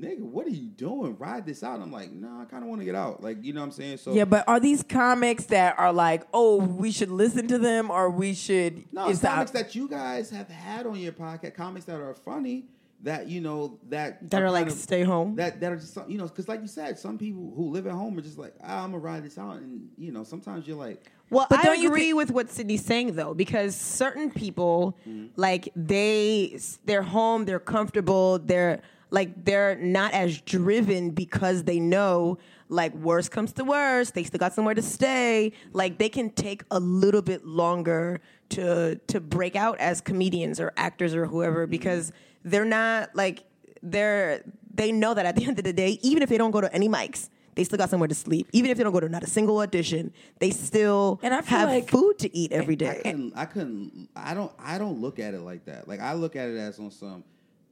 Speaker 4: nigga, what are you doing? Ride this out. And I'm like, nah, I kind of want to get out. Like, you know what I'm saying? So
Speaker 3: Yeah, but are these comics that are like, oh, we should listen to them or we should?
Speaker 4: No,
Speaker 3: is
Speaker 4: it's
Speaker 3: the-
Speaker 4: comics that you guys have had on your podcast, comics that are funny, that you know that
Speaker 2: That are like,
Speaker 4: kind of-
Speaker 2: "Stay home."
Speaker 4: That that are just some- you know, because like you said, some people who live at home are just like, ah, I'm gonna ride this out, and you know, sometimes you're like,
Speaker 2: Well,
Speaker 3: But
Speaker 2: I
Speaker 3: don't you
Speaker 2: agree
Speaker 3: thi-
Speaker 2: with what Sydney's saying though, because certain people, like they, they're home, they're comfortable, they're like they're not as driven because they know, like worst comes to worst, they still got somewhere to stay. Like they can take a little bit longer to to break out as comedians or actors or
Speaker 3: Mm-hmm.
Speaker 2: whoever because they're not like they're they know that at the end of the day, even if they don't go to any mics, they still got somewhere to sleep. Even if they don't go to not a single audition, they still
Speaker 3: And I feel
Speaker 2: have
Speaker 3: like-
Speaker 2: food to eat every
Speaker 4: I
Speaker 2: day.
Speaker 4: couldn't. I couldn't. I don't. I don't look at it like that. Like I look at it as on some,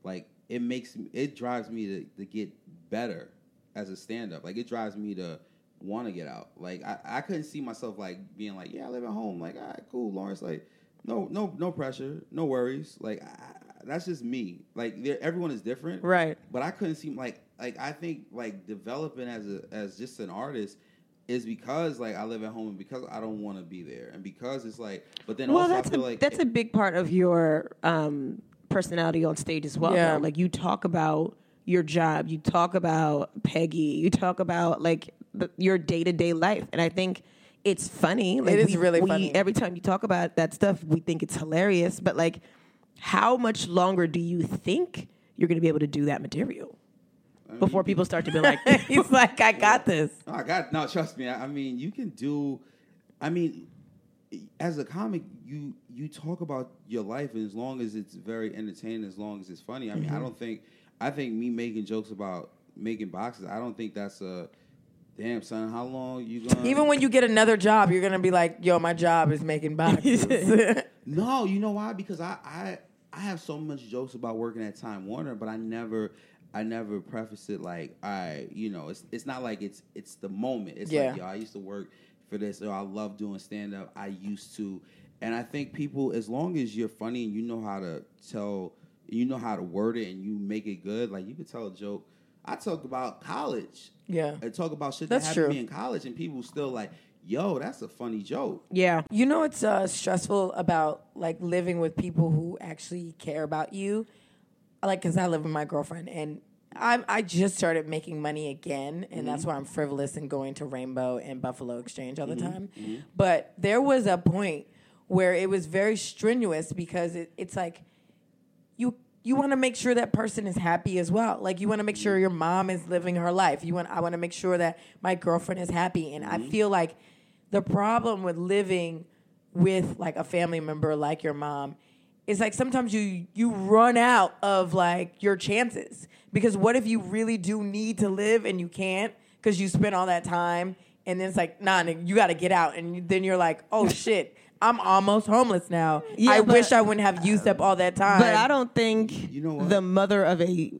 Speaker 4: like it makes. me- It drives me to, to get better as a stand up. Like it drives me to want to get out. Like I, I couldn't see myself like being like, yeah, I live at home. Like all right, cool, Lawrence. Like no, no, no pressure, no worries. Like I, I- that's just me. Like there- everyone is different,
Speaker 2: Right.
Speaker 4: But I couldn't see like like I think like developing as a as just an artist. Is because like I live at home and because I don't want to be there and because it's like, but then
Speaker 2: Well,
Speaker 4: also
Speaker 2: that's
Speaker 4: I
Speaker 2: a,
Speaker 4: feel like
Speaker 2: that's a big part of your um, personality on stage as well.
Speaker 3: Yeah.
Speaker 2: though. Like you talk about your job, you talk about Peggy, you talk about like the, your day to day life, and I think it's funny. Like,
Speaker 3: It
Speaker 2: we-
Speaker 3: is really
Speaker 2: we-
Speaker 3: funny.
Speaker 2: Every time you talk about that stuff, we think it's hilarious. But like, how much longer do you think you're going to be able to do that material before people start to be like, "He's like, I got this."
Speaker 4: Oh, I got no. Trust me. I, I mean, you can do. I mean, as a comic, you you talk about your life, and as long as it's very entertaining, as long as it's funny. I mean, I
Speaker 2: Mm-hmm.
Speaker 4: don't think. I think me making jokes about making boxes. I don't think that's a. Damn son, how long you gonna?
Speaker 3: Even when you get another job, you're gonna be like, "Yo, my job is making boxes."
Speaker 4: No, you know why? Because I I I have so much jokes about working at Time Warner, but I never I never preface it like I you know it's it's not like it's it's the moment. It's
Speaker 3: Yeah.
Speaker 4: like yo, I used to work for this, or I love doing stand up. I used to, and I think people, as long as you're funny and you know how to tell, you know how to word it, and you make it good, like you could tell a joke. I talk about college.
Speaker 3: Yeah.
Speaker 4: I talk about shit
Speaker 3: That's
Speaker 4: that happened to
Speaker 3: true.
Speaker 4: me in college, and people still like, yo, that's a funny joke.
Speaker 2: Yeah,
Speaker 3: You know what's uh, stressful about like living with people who actually care about you? Like, cause I live with my girlfriend, and I I just started making money again, and that's why I'm frivolous and going to Rainbow and Buffalo Exchange all the time. But there was a point where it was very strenuous because it, it's like you you want to make sure that person is happy as well. Like you want to make sure your mom is living her life. You want I want to make sure that my girlfriend is happy and
Speaker 2: Mm-hmm.
Speaker 3: I feel like the problem with living with like a family member like your mom is like sometimes you you run out of like your chances because what if you really do need to live and you can't cuz you spent all that time and then it's like nah nigga, you got to get out and then you're like oh shit I'm almost homeless now.
Speaker 2: Yeah,
Speaker 3: I
Speaker 2: but-
Speaker 3: wish I wouldn't have used up all that time.
Speaker 2: but I don't think
Speaker 4: You know what?
Speaker 2: the mother of a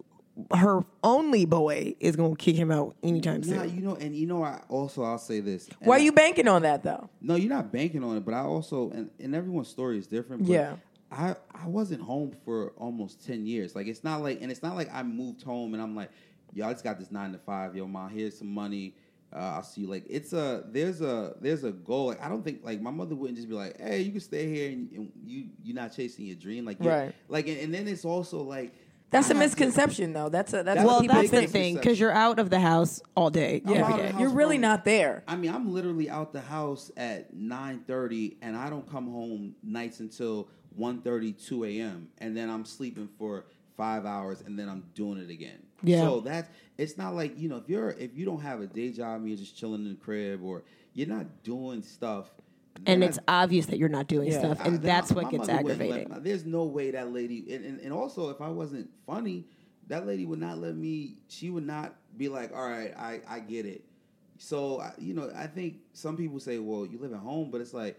Speaker 2: her only boy is going to kick him out anytime
Speaker 4: Nah,
Speaker 2: soon.
Speaker 4: you know, and you know, I also I'll say this. and
Speaker 3: Why
Speaker 4: I-
Speaker 3: are you banking on that though?
Speaker 4: No, you're not banking on it, but I also and, and everyone's story is different. But
Speaker 3: Yeah.
Speaker 4: I I wasn't home for almost ten years. Like it's not like and it's not like I moved home and I'm like, yo, I just got this nine to five. Yo, mom, here's some money. Uh, I'll see you. Like it's a there's a there's a goal. Like I don't think like my mother wouldn't just be like, hey, you can stay here and, and you you're not chasing your dream. Like you're-
Speaker 3: Right.
Speaker 4: Like and, and then it's also like
Speaker 3: That's
Speaker 4: I'm
Speaker 3: a
Speaker 4: not-
Speaker 3: misconception though. That's a that's what
Speaker 4: That's the
Speaker 2: Well,
Speaker 3: people
Speaker 2: that's the
Speaker 3: think.
Speaker 4: biggest
Speaker 2: thing because
Speaker 4: misconception.
Speaker 2: you're out of the house all day,
Speaker 4: I'm out
Speaker 2: every
Speaker 4: of the
Speaker 2: day.
Speaker 4: house
Speaker 3: You're really
Speaker 4: from-
Speaker 3: not there.
Speaker 4: I mean, I'm literally out the house at 9:30, and I don't come home nights until 1:30, 2 a.m., and then I'm sleeping for five hours, and then I'm doing it again.
Speaker 2: Yeah.
Speaker 4: So that's it's not like you know if you're if you don't have a day job and you're just chilling in the crib or you're not doing stuff,
Speaker 2: and
Speaker 4: then
Speaker 2: it's
Speaker 4: I-
Speaker 2: obvious that you're not doing stuff,
Speaker 4: I-
Speaker 2: and
Speaker 4: then
Speaker 2: that's
Speaker 4: my-
Speaker 2: what
Speaker 4: my
Speaker 2: gets
Speaker 4: mother wouldn't let-
Speaker 2: aggravating.
Speaker 4: there's no way that lady, and, and, and also if I wasn't funny, that lady would not let me. She would not be like, all right, I I get it. So I- you know, I think some people say, well, you live at home, but it's like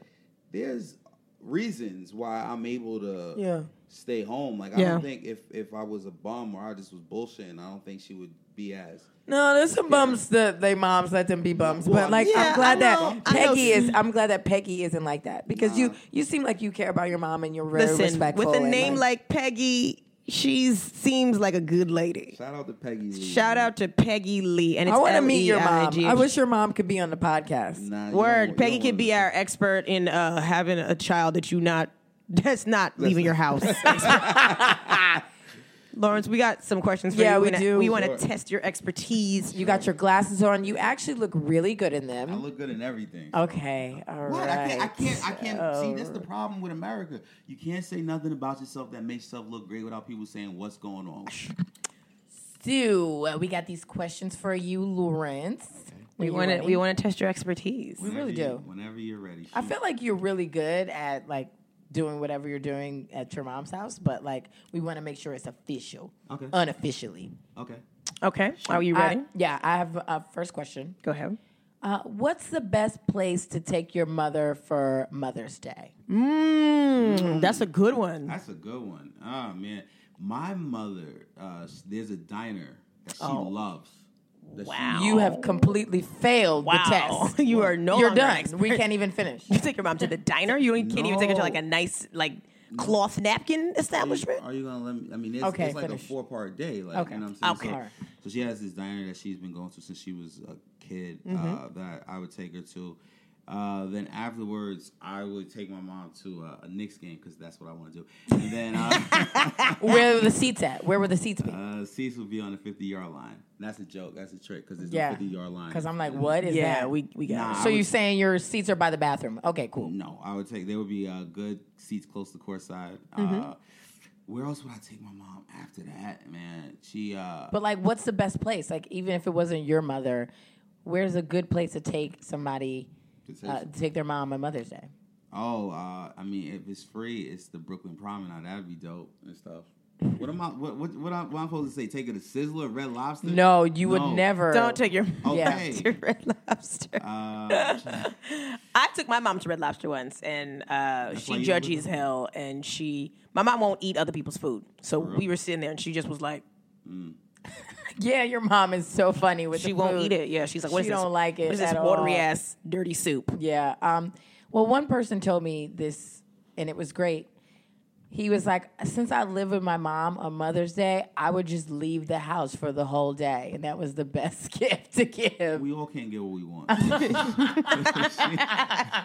Speaker 4: there's reasons why I'm able to
Speaker 3: Yeah.
Speaker 4: stay home. Like I
Speaker 2: Yeah.
Speaker 4: don't think if if I was a bum or I just was bullshitting, I don't think she would be as.
Speaker 3: No, there's some bums that they moms let them be bums.
Speaker 4: Well,
Speaker 3: But like
Speaker 4: Yeah,
Speaker 3: I'm glad
Speaker 2: I know-
Speaker 3: that
Speaker 2: I know-
Speaker 3: Peggy is I'm glad that Peggy isn't like that. Because you you seem like you care about your mom and you're very
Speaker 2: Listen,
Speaker 3: respectful.
Speaker 2: with a
Speaker 3: and,
Speaker 2: name like Peggy, she seems like a good lady.
Speaker 4: Shout out to Peggy. Lee.
Speaker 2: Shout out to Peggy Lee, and it's E
Speaker 3: I want to meet your mom.
Speaker 2: L-E-I-G-H.
Speaker 3: I wish your mom could be on the podcast.
Speaker 4: Nah, you don't
Speaker 2: Word,
Speaker 4: want- you
Speaker 2: Peggy
Speaker 4: don't
Speaker 2: could
Speaker 4: want
Speaker 2: be
Speaker 4: to-
Speaker 2: our expert in uh, having a child that you not that's not leaving your house. Lawrence, we got some questions for
Speaker 3: Yeah,
Speaker 2: you.
Speaker 3: we
Speaker 2: wanna-
Speaker 3: do.
Speaker 2: We want to
Speaker 4: Sure.
Speaker 2: test your expertise.
Speaker 3: You got your glasses on. You actually look really good in
Speaker 4: I
Speaker 3: them.
Speaker 4: look good in
Speaker 2: Oh,
Speaker 4: everything.
Speaker 3: Okay, all right.
Speaker 4: What? I can't. I can't. I can't. See, that's the problem with America. You can't say nothing about yourself that makes yourself look great without people saying what's going on.
Speaker 3: So uh, we got these questions for you, Lawrence.
Speaker 2: we want to. We want to test your expertise.
Speaker 3: We really
Speaker 4: Whenever you-
Speaker 3: do.
Speaker 4: Whenever you're ready.
Speaker 3: I feel like you're really good at like doing whatever you're doing at your mom's house, but like we want to make sure it's official,
Speaker 4: Okay.
Speaker 3: unofficially.
Speaker 4: Okay.
Speaker 2: Okay. Are you ready?
Speaker 3: I- yeah, I have a first question.
Speaker 2: Go ahead.
Speaker 3: Uh, what's the best place to take your mother for Mother's Day?
Speaker 2: Mm, that's a good one.
Speaker 4: That's a good one. Oh man, my mother. Uh, s- there's a diner that she
Speaker 3: Oh.
Speaker 4: loves. that she
Speaker 2: Wow.
Speaker 3: You have completely failed the test.
Speaker 2: you are no.
Speaker 3: You're
Speaker 2: longer an
Speaker 3: done.
Speaker 2: expert.
Speaker 3: We can't even finish.
Speaker 2: You take your mom to the diner. You ain't- can't even take her to
Speaker 4: No.
Speaker 2: like a nice like cloth napkin establishment.
Speaker 4: Are you gonna let me? I mean, it's,
Speaker 3: Okay,
Speaker 4: it's like
Speaker 3: finish.
Speaker 4: a four part day. Like,
Speaker 3: Okay.
Speaker 4: you know what I'm
Speaker 2: Okay.
Speaker 4: saying? So-
Speaker 3: Alright.
Speaker 4: So, she has this diner that she's been going to since she was a kid uh,
Speaker 3: Mm-hmm.
Speaker 4: that I would take her to. Uh, then afterwards, I would take my mom to uh, a Knicks game because that's what I want to do. And then uh,
Speaker 3: Where were the seats at? Where would the seats be?
Speaker 4: uh, Cease would be on the 50 yard line. That's a joke. That's a trick because there's
Speaker 3: Yeah.
Speaker 4: no 50 yard line.
Speaker 3: Because I'm like, what is
Speaker 2: Yeah,
Speaker 3: that?
Speaker 2: we we got.
Speaker 4: Nah,
Speaker 2: it.
Speaker 4: I
Speaker 3: so
Speaker 4: would-
Speaker 3: you're saying your seats are by the bathroom? Okay, cool.
Speaker 4: No, I would take. There would be uh, good seats close to courtside.
Speaker 3: Mm-hmm.
Speaker 4: Uh, where else would I take my mom after that, man? She. Uh,
Speaker 3: But like, what's the best place? Like, even if it wasn't your mother, where's a good place to take somebody
Speaker 4: could say
Speaker 3: uh, to take their mom on Mother's Day?
Speaker 4: Oh, uh, I mean, if it's free, it's the Brooklyn Promenade. That'd be dope and stuff. What am I? What what what, I, what am I supposed to say? Take it to Sizzler, Red Lobster?
Speaker 3: No, you would
Speaker 4: No.
Speaker 3: never.
Speaker 2: Don't take your mom
Speaker 4: Okay.
Speaker 2: to Red Lobster.
Speaker 4: Uh,
Speaker 2: I took my mom to Red Lobster once, and uh,
Speaker 4: why
Speaker 2: she
Speaker 4: you
Speaker 2: judgy
Speaker 4: never-
Speaker 2: as hell. And she, my mom won't eat other people's food. So we were sitting there, and she just was like,
Speaker 3: Yeah, your mom is so funny with
Speaker 2: she
Speaker 3: the
Speaker 2: won't
Speaker 3: food.
Speaker 2: eat it. Yeah, she's like, what is
Speaker 3: She
Speaker 2: this?
Speaker 3: don't like it
Speaker 2: What is this
Speaker 3: at
Speaker 2: watery
Speaker 3: all.
Speaker 2: ass dirty soup?
Speaker 3: Yeah. Um, well, one person told me this, and it was great. He was like, since I live with my mom on Mother's Day, I would just leave the house for the whole day, and that was the best gift to give.
Speaker 4: we all can't get what we want.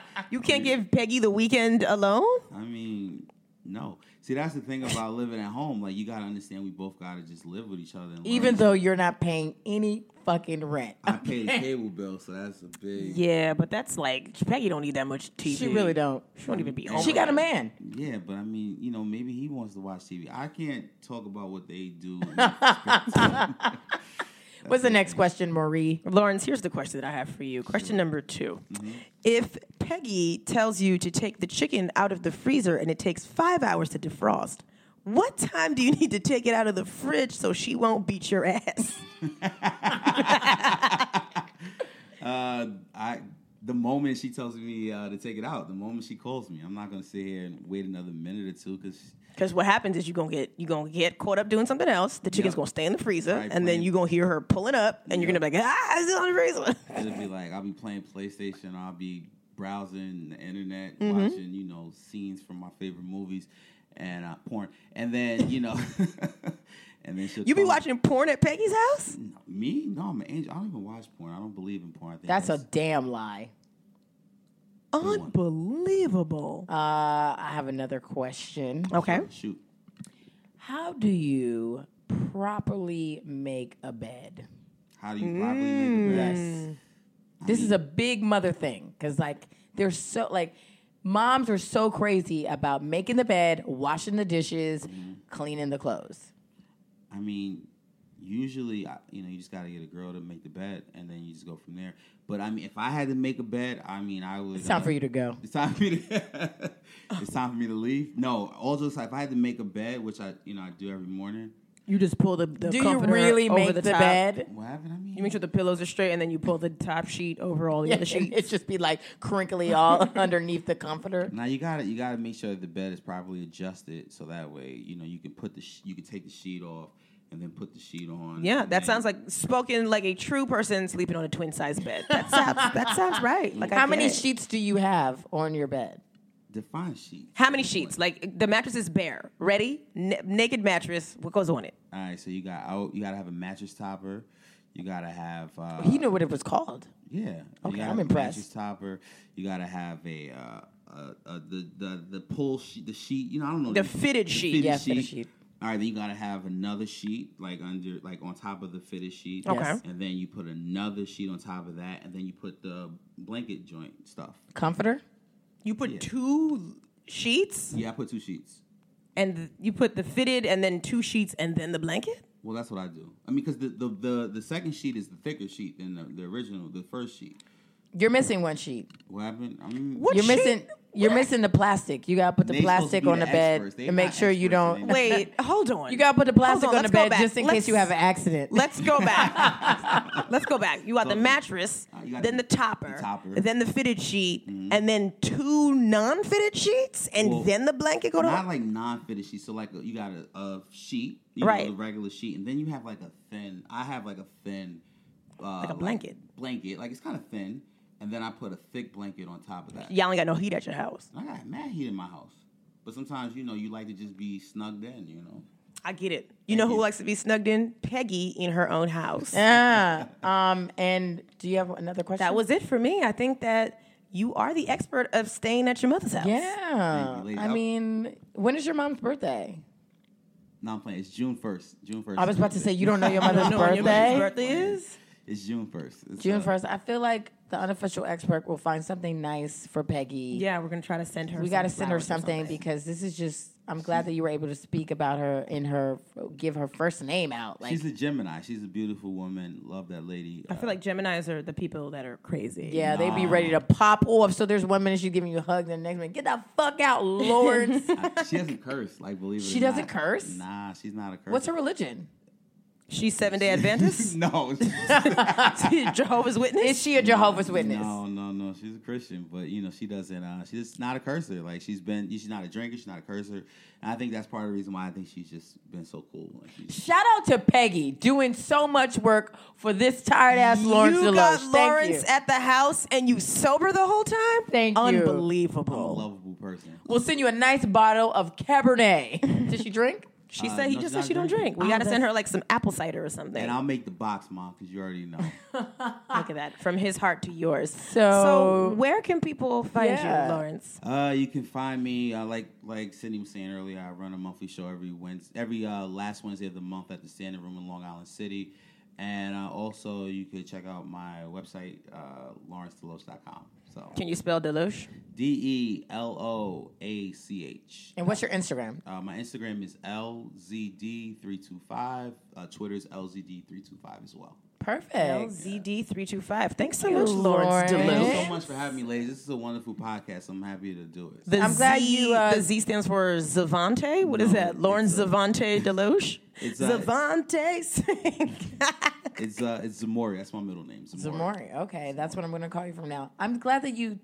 Speaker 2: You can't give Peggy the weekend alone.
Speaker 4: I mean, no. See, that's the thing about living at home. Like, you gotta understand, we both gotta just live with each other. And
Speaker 3: Even
Speaker 4: learn.
Speaker 3: though you're not paying any fucking rent,
Speaker 4: I pay the cable bill, so that's a big.
Speaker 2: Yeah, but that's like Peggy don't need that much TV.
Speaker 3: she really don't.
Speaker 2: She don't even be home.
Speaker 3: She got a man.
Speaker 4: Yeah, but I mean, you know, maybe he wants to watch TV. I can't talk about what they do.
Speaker 3: What's the next question, Marie?
Speaker 2: Lawrence, here's the question that I have for you. Question number 2 If Peggy tells you to take the chicken out of the freezer and it takes five hours to defrost, what time do you need to take it out of the fridge so she won't beat your ass?
Speaker 4: Uh, I the moment she tells me uh, to take it out, the moment she calls me, I'm not gonna sit here and wait another minute or two because
Speaker 2: Because what happens is you're gonna get you gonna get caught up doing something else. The chicken's
Speaker 4: Yep.
Speaker 2: gonna stay in the freezer,
Speaker 4: Right,
Speaker 2: and then
Speaker 4: plan.
Speaker 2: you're gonna hear her pulling up, and you're gonna be like, ah, it's on the freezer.
Speaker 4: it'll be like I'll be playing PlayStation, I'll be browsing the internet,
Speaker 2: Mm-hmm.
Speaker 4: watching you know scenes from my favorite movies and uh, porn, and then you know, and then she'll
Speaker 2: You be
Speaker 4: call-
Speaker 2: watching porn at Peggy's house?
Speaker 4: me. No, I'm an angel. I don't even watch porn. I don't believe in porn. I think
Speaker 3: That's a damn lie.
Speaker 2: Unbelievable.
Speaker 3: Uh, I have another question.
Speaker 2: Okay.
Speaker 4: shoot.
Speaker 3: How do you properly make a bed?
Speaker 4: How do you properly make
Speaker 2: Mm.
Speaker 4: a bed?
Speaker 3: This is a big mother thing because like they're so like moms are so crazy about making the bed, washing the dishes, cleaning the clothes.
Speaker 4: I mean, usually, I- you know, you just got to get a girl to make the bed, and then you just go from there. But I mean, if I had to make a bed, I mean, I would.
Speaker 3: It's time for you to go.
Speaker 4: It's time for me to. it's time for me to leave. No, all jokes. aside, If I had to make a bed, which I, you know, I do every morning.
Speaker 2: You just pull the, the
Speaker 3: Do you really make the, bed?
Speaker 4: What happened? I mean,
Speaker 2: You make sure the pillows are straight, and then you pull the top sheet over all the other
Speaker 3: And
Speaker 2: sheets.
Speaker 3: It just be like crinkly all underneath the comforter.
Speaker 4: now you got to You got to make sure that the bed is properly adjusted, so that way, you know, you can put the, sh- you can take the sheet off, and then put the sheet on.
Speaker 2: Yeah, that
Speaker 4: and then-
Speaker 2: sounds like spoken like a true person sleeping on a twin size bed. That sounds that sounds right. Like I
Speaker 3: How
Speaker 2: get
Speaker 3: many
Speaker 2: it.
Speaker 3: sheets do you have on your bed?
Speaker 4: define sheet.
Speaker 2: How many sheets? Like the mattress is bare. Ready? N- naked mattress. What goes on it?
Speaker 4: All right, so you got out. You got to have a mattress topper. You got to have. Uh,
Speaker 3: He knew what it was called.
Speaker 4: Yeah. Okay,
Speaker 3: I'm impressed.
Speaker 4: topper. You gotta have a uh, uh, uh, the the the pull sheet, the sheet. You know, I don't know
Speaker 2: The fitted sheet.
Speaker 4: fitted
Speaker 3: Yeah, fitted sheet.
Speaker 4: All right, then you gotta have another sheet like under like on top of the fitted sheet.
Speaker 2: Okay. Yes.
Speaker 4: And then you put another sheet on top of that, and then you put the blanket joint stuff.
Speaker 3: Comforter?
Speaker 2: You put two sheets
Speaker 4: Yeah, I put two sheets.
Speaker 2: and you put the fitted and then two sheets and then the blanket?
Speaker 4: Well, that's what I do. I mean, because the, the the the second sheet is the thicker sheet than the, the original, the first sheet.
Speaker 3: You're missing one sheet.
Speaker 4: What happened? I mean,
Speaker 2: What
Speaker 3: You're
Speaker 2: sheet?
Speaker 3: missing. You're missing the plastic. You gotta put the
Speaker 4: They supposed to
Speaker 3: plastic
Speaker 4: be
Speaker 3: on
Speaker 4: the
Speaker 3: the bed
Speaker 4: experts. They
Speaker 3: and make
Speaker 4: not
Speaker 3: sure you
Speaker 4: experts
Speaker 3: don't.
Speaker 4: in
Speaker 2: Wait, hold on.
Speaker 3: You gotta put the plastic
Speaker 2: Hold
Speaker 3: on, the
Speaker 2: let's go
Speaker 3: bed
Speaker 2: back.
Speaker 3: just in
Speaker 2: Let's-
Speaker 3: case you have an accident.
Speaker 2: Let's go back. let's go back. You got the mattress,
Speaker 4: Uh, you got
Speaker 2: then the
Speaker 4: the-
Speaker 2: topper,
Speaker 4: the topper. Mm-hmm.
Speaker 2: then the fitted sheet, and then two non-fitted sheets, and
Speaker 4: Well,
Speaker 2: then the blanket go
Speaker 4: Not
Speaker 2: to.
Speaker 4: like non-fitted sheets. So like you got a, a sheet, you know,
Speaker 2: Right.
Speaker 4: the regular sheet, and then you have like a thin. I have like a thin, uh, like
Speaker 2: a blanket.
Speaker 4: blanket, like it's kind of thin, and then I put a thick blanket on top of that.
Speaker 2: Y'all ain't got no heat at your house.
Speaker 4: I got mad heat in my house, but sometimes you know you like to just be snugged in, you know.
Speaker 2: I get it. You know who likes to be snugged in? Peggy in her own house.
Speaker 3: Yeah. Um. And do you have another question?
Speaker 2: That was it for me. I think that you are the expert of staying at your mother's house.
Speaker 3: Yeah.
Speaker 4: Ladies,
Speaker 3: I mean, when is your mom's birthday?
Speaker 4: No, I'm playing. It's June first. June first.
Speaker 3: I was about to say you don't know your mother's
Speaker 2: No, your mother's
Speaker 3: birthday.
Speaker 2: birthday is.
Speaker 4: it's uh, June first.
Speaker 3: June first. I feel like the unofficial expert will find something nice for Peggy.
Speaker 2: Yeah, we're gonna try to send her.
Speaker 3: We
Speaker 2: got to
Speaker 3: send her something, because this is just. I'm glad that you were able to speak about her in her, give her first name out. Like,
Speaker 4: She's a Gemini. She's a beautiful woman. Love that lady. uh,
Speaker 2: I feel like Gemini's are the people that are crazy.
Speaker 3: yeah, they'd be ready to pop off. So there's one minute she's giving you a hug, then the next minute, get the fuck out, Lawrence.
Speaker 4: she doesn't curse. Like believe it.
Speaker 3: She
Speaker 4: or
Speaker 3: doesn't
Speaker 4: not.
Speaker 3: curse?
Speaker 4: Nah, she's not a curse.
Speaker 3: What's her religion?
Speaker 2: She's seven day Adventist,
Speaker 4: no,
Speaker 2: Jehovah's Witness.
Speaker 3: Is she a Jehovah's Witness?
Speaker 4: no, no, no. She's a Christian, but you know she doesn't. Uh, she's not a cursor. Like she's been. She's not a drinker. She's not a cursor. And I think that's part of the reason why I think she's just been so cool. Like, she's-
Speaker 3: Shout out to Peggy doing so much work for this tired ass Lawrence
Speaker 2: you
Speaker 3: Deloche.
Speaker 2: got
Speaker 3: Thank
Speaker 2: Lawrence
Speaker 3: you.
Speaker 2: at the house and you sober the whole time?
Speaker 3: Thank you.
Speaker 4: a
Speaker 2: Unbelievable.
Speaker 4: lovable person.
Speaker 3: We'll send you a nice bottle of Cabernet. Does she drink?
Speaker 2: She
Speaker 4: Uh,
Speaker 2: said he
Speaker 4: no,
Speaker 2: just
Speaker 4: not
Speaker 2: said she don't
Speaker 4: drinking.
Speaker 2: drink. We got
Speaker 3: Ah,
Speaker 2: to send her like some apple cider or something.
Speaker 4: And I'll make the box, mom, because you already know.
Speaker 2: Look at that. From his heart to yours.
Speaker 3: So-
Speaker 2: where can people find
Speaker 3: Yeah.
Speaker 2: you, Lawrence?
Speaker 4: Uh, you can find me. Uh, like like Sydney was saying earlier, I run a monthly show every Wednesday, every uh, last Wednesday of the month at the Standing Room in Long Island City. And uh, also, you could check out my website, uh, lawrencedeloach.com. So
Speaker 2: Can you spell Deloche?
Speaker 4: D E L O A C H.
Speaker 3: And what's your Instagram?
Speaker 4: Uh, my Instagram is LZD325. Uh, Twitter's LZD325 as well.
Speaker 3: Perfect.
Speaker 2: LZD325. Thanks so much, Lawrence
Speaker 3: Lawrence.
Speaker 4: Thank you
Speaker 2: Deloche.
Speaker 4: so much for having me, ladies. This is a wonderful podcast. I'm happy to do it.
Speaker 2: The
Speaker 3: I'm glad
Speaker 2: Z-
Speaker 3: you, uh,
Speaker 2: the Z stands for Zavante. What is
Speaker 4: No,
Speaker 2: that? Lawrence
Speaker 4: it's a-
Speaker 2: Zavante Deloche?
Speaker 4: It's a-
Speaker 2: Zavante sing.
Speaker 4: It's uh, it's Zamori. That's my middle name. Zamori.
Speaker 3: Zamori. Okay, that's what I'm going to call you from now. I'm glad that you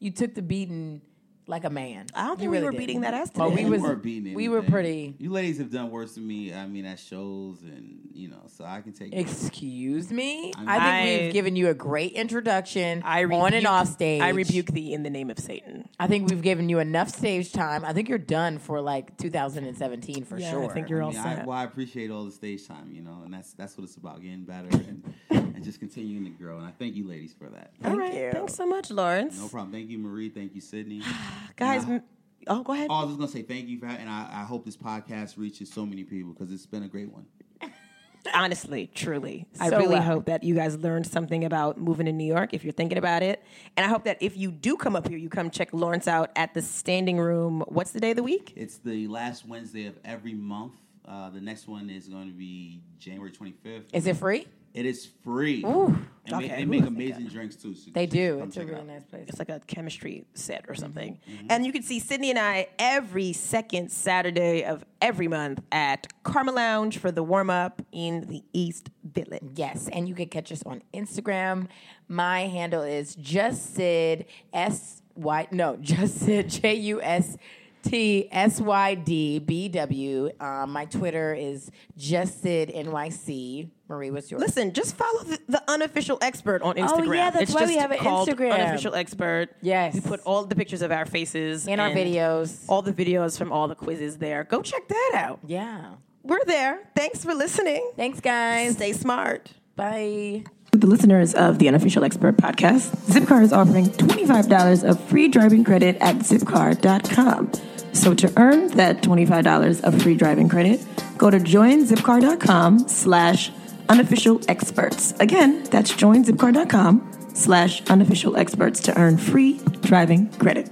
Speaker 3: you took the beating like a man.
Speaker 2: I don't
Speaker 3: You
Speaker 2: think we
Speaker 3: really
Speaker 2: were
Speaker 3: did.
Speaker 2: beating that ass today.
Speaker 3: Oh, we
Speaker 4: You
Speaker 3: was-
Speaker 4: are beating
Speaker 3: we were
Speaker 4: anything.
Speaker 3: pretty-
Speaker 4: You ladies have done worse than me. I mean, at shows and you know, so I can take.
Speaker 3: Excuse me. I think
Speaker 2: I-
Speaker 3: we've given you a great introduction
Speaker 2: I
Speaker 3: on and
Speaker 2: rebuke-
Speaker 3: off stage.
Speaker 2: I rebuke thee in the name of Satan.
Speaker 3: I think we've given you enough stage time. I think you're done for like 2017 for
Speaker 2: Yeah, I
Speaker 3: sure.
Speaker 2: think you're
Speaker 4: I
Speaker 2: all
Speaker 4: mean, I,
Speaker 2: set.
Speaker 4: well, I appreciate all the stage time, you know, and that's that's what it's about, getting better and, and just continuing to grow. And I thank you, ladies, for that.
Speaker 2: all right. Thanks so much, Lawrence.
Speaker 4: No problem. Thank you, Marie. Thank you, Sydney.
Speaker 2: Guys,
Speaker 4: And I-
Speaker 2: m- oh, go ahead.
Speaker 4: Oh, I was just gonna say thank you for, ha- and I, I hope this podcast reaches so many people because it's been a great one.
Speaker 2: Honestly, truly, I
Speaker 3: So
Speaker 2: really
Speaker 3: loud.
Speaker 2: hope that you guys learned something about moving to New York if you're thinking about it. And I hope that if you do come up here, you come check Lawrence out at the Standing Room. What's the day of the week?
Speaker 4: It's the last Wednesday of every month. Uh, the next one is going to be January 25th.
Speaker 3: Is it free?
Speaker 4: It is free. and
Speaker 2: Okay.
Speaker 4: they, they make amazing drinks too. so
Speaker 3: They
Speaker 4: just
Speaker 3: do.
Speaker 4: come
Speaker 3: It's a
Speaker 4: check it
Speaker 3: really
Speaker 4: out.
Speaker 3: nice place.
Speaker 2: It's like a chemistry set or something. And you can see Sydney and I every second Saturday of every month at Karma Lounge for the warm up in the East Village.
Speaker 3: Yes, and you can catch us on Instagram. My handle is just Sid S Y no just Sid J U S T S Y D B W. Um, my Twitter is just Sid N Y C. Marie, what's yours?
Speaker 2: Listen, just follow the, the unofficial expert on Instagram.
Speaker 3: Oh, yeah, that's
Speaker 2: it's
Speaker 3: why we
Speaker 2: just
Speaker 3: have an
Speaker 2: called
Speaker 3: Instagram.
Speaker 2: Unofficial expert.
Speaker 3: Yes.
Speaker 2: we put all the pictures of our faces
Speaker 3: in our
Speaker 2: and
Speaker 3: videos.
Speaker 2: all the videos from all the quizzes there. Go check that out.
Speaker 3: yeah.
Speaker 2: We're there. Thanks for listening.
Speaker 3: Thanks, guys.
Speaker 2: Stay smart.
Speaker 3: Bye.
Speaker 6: For the listeners of the Unofficial Expert Podcast, Zipcar is offering $25 of free driving credit at zipcar.com. So to earn that $25 of free driving credit, go to joinzipcar.com slash unofficial experts. Again, that's joinzipcar.com slash unofficial experts to earn free driving credit.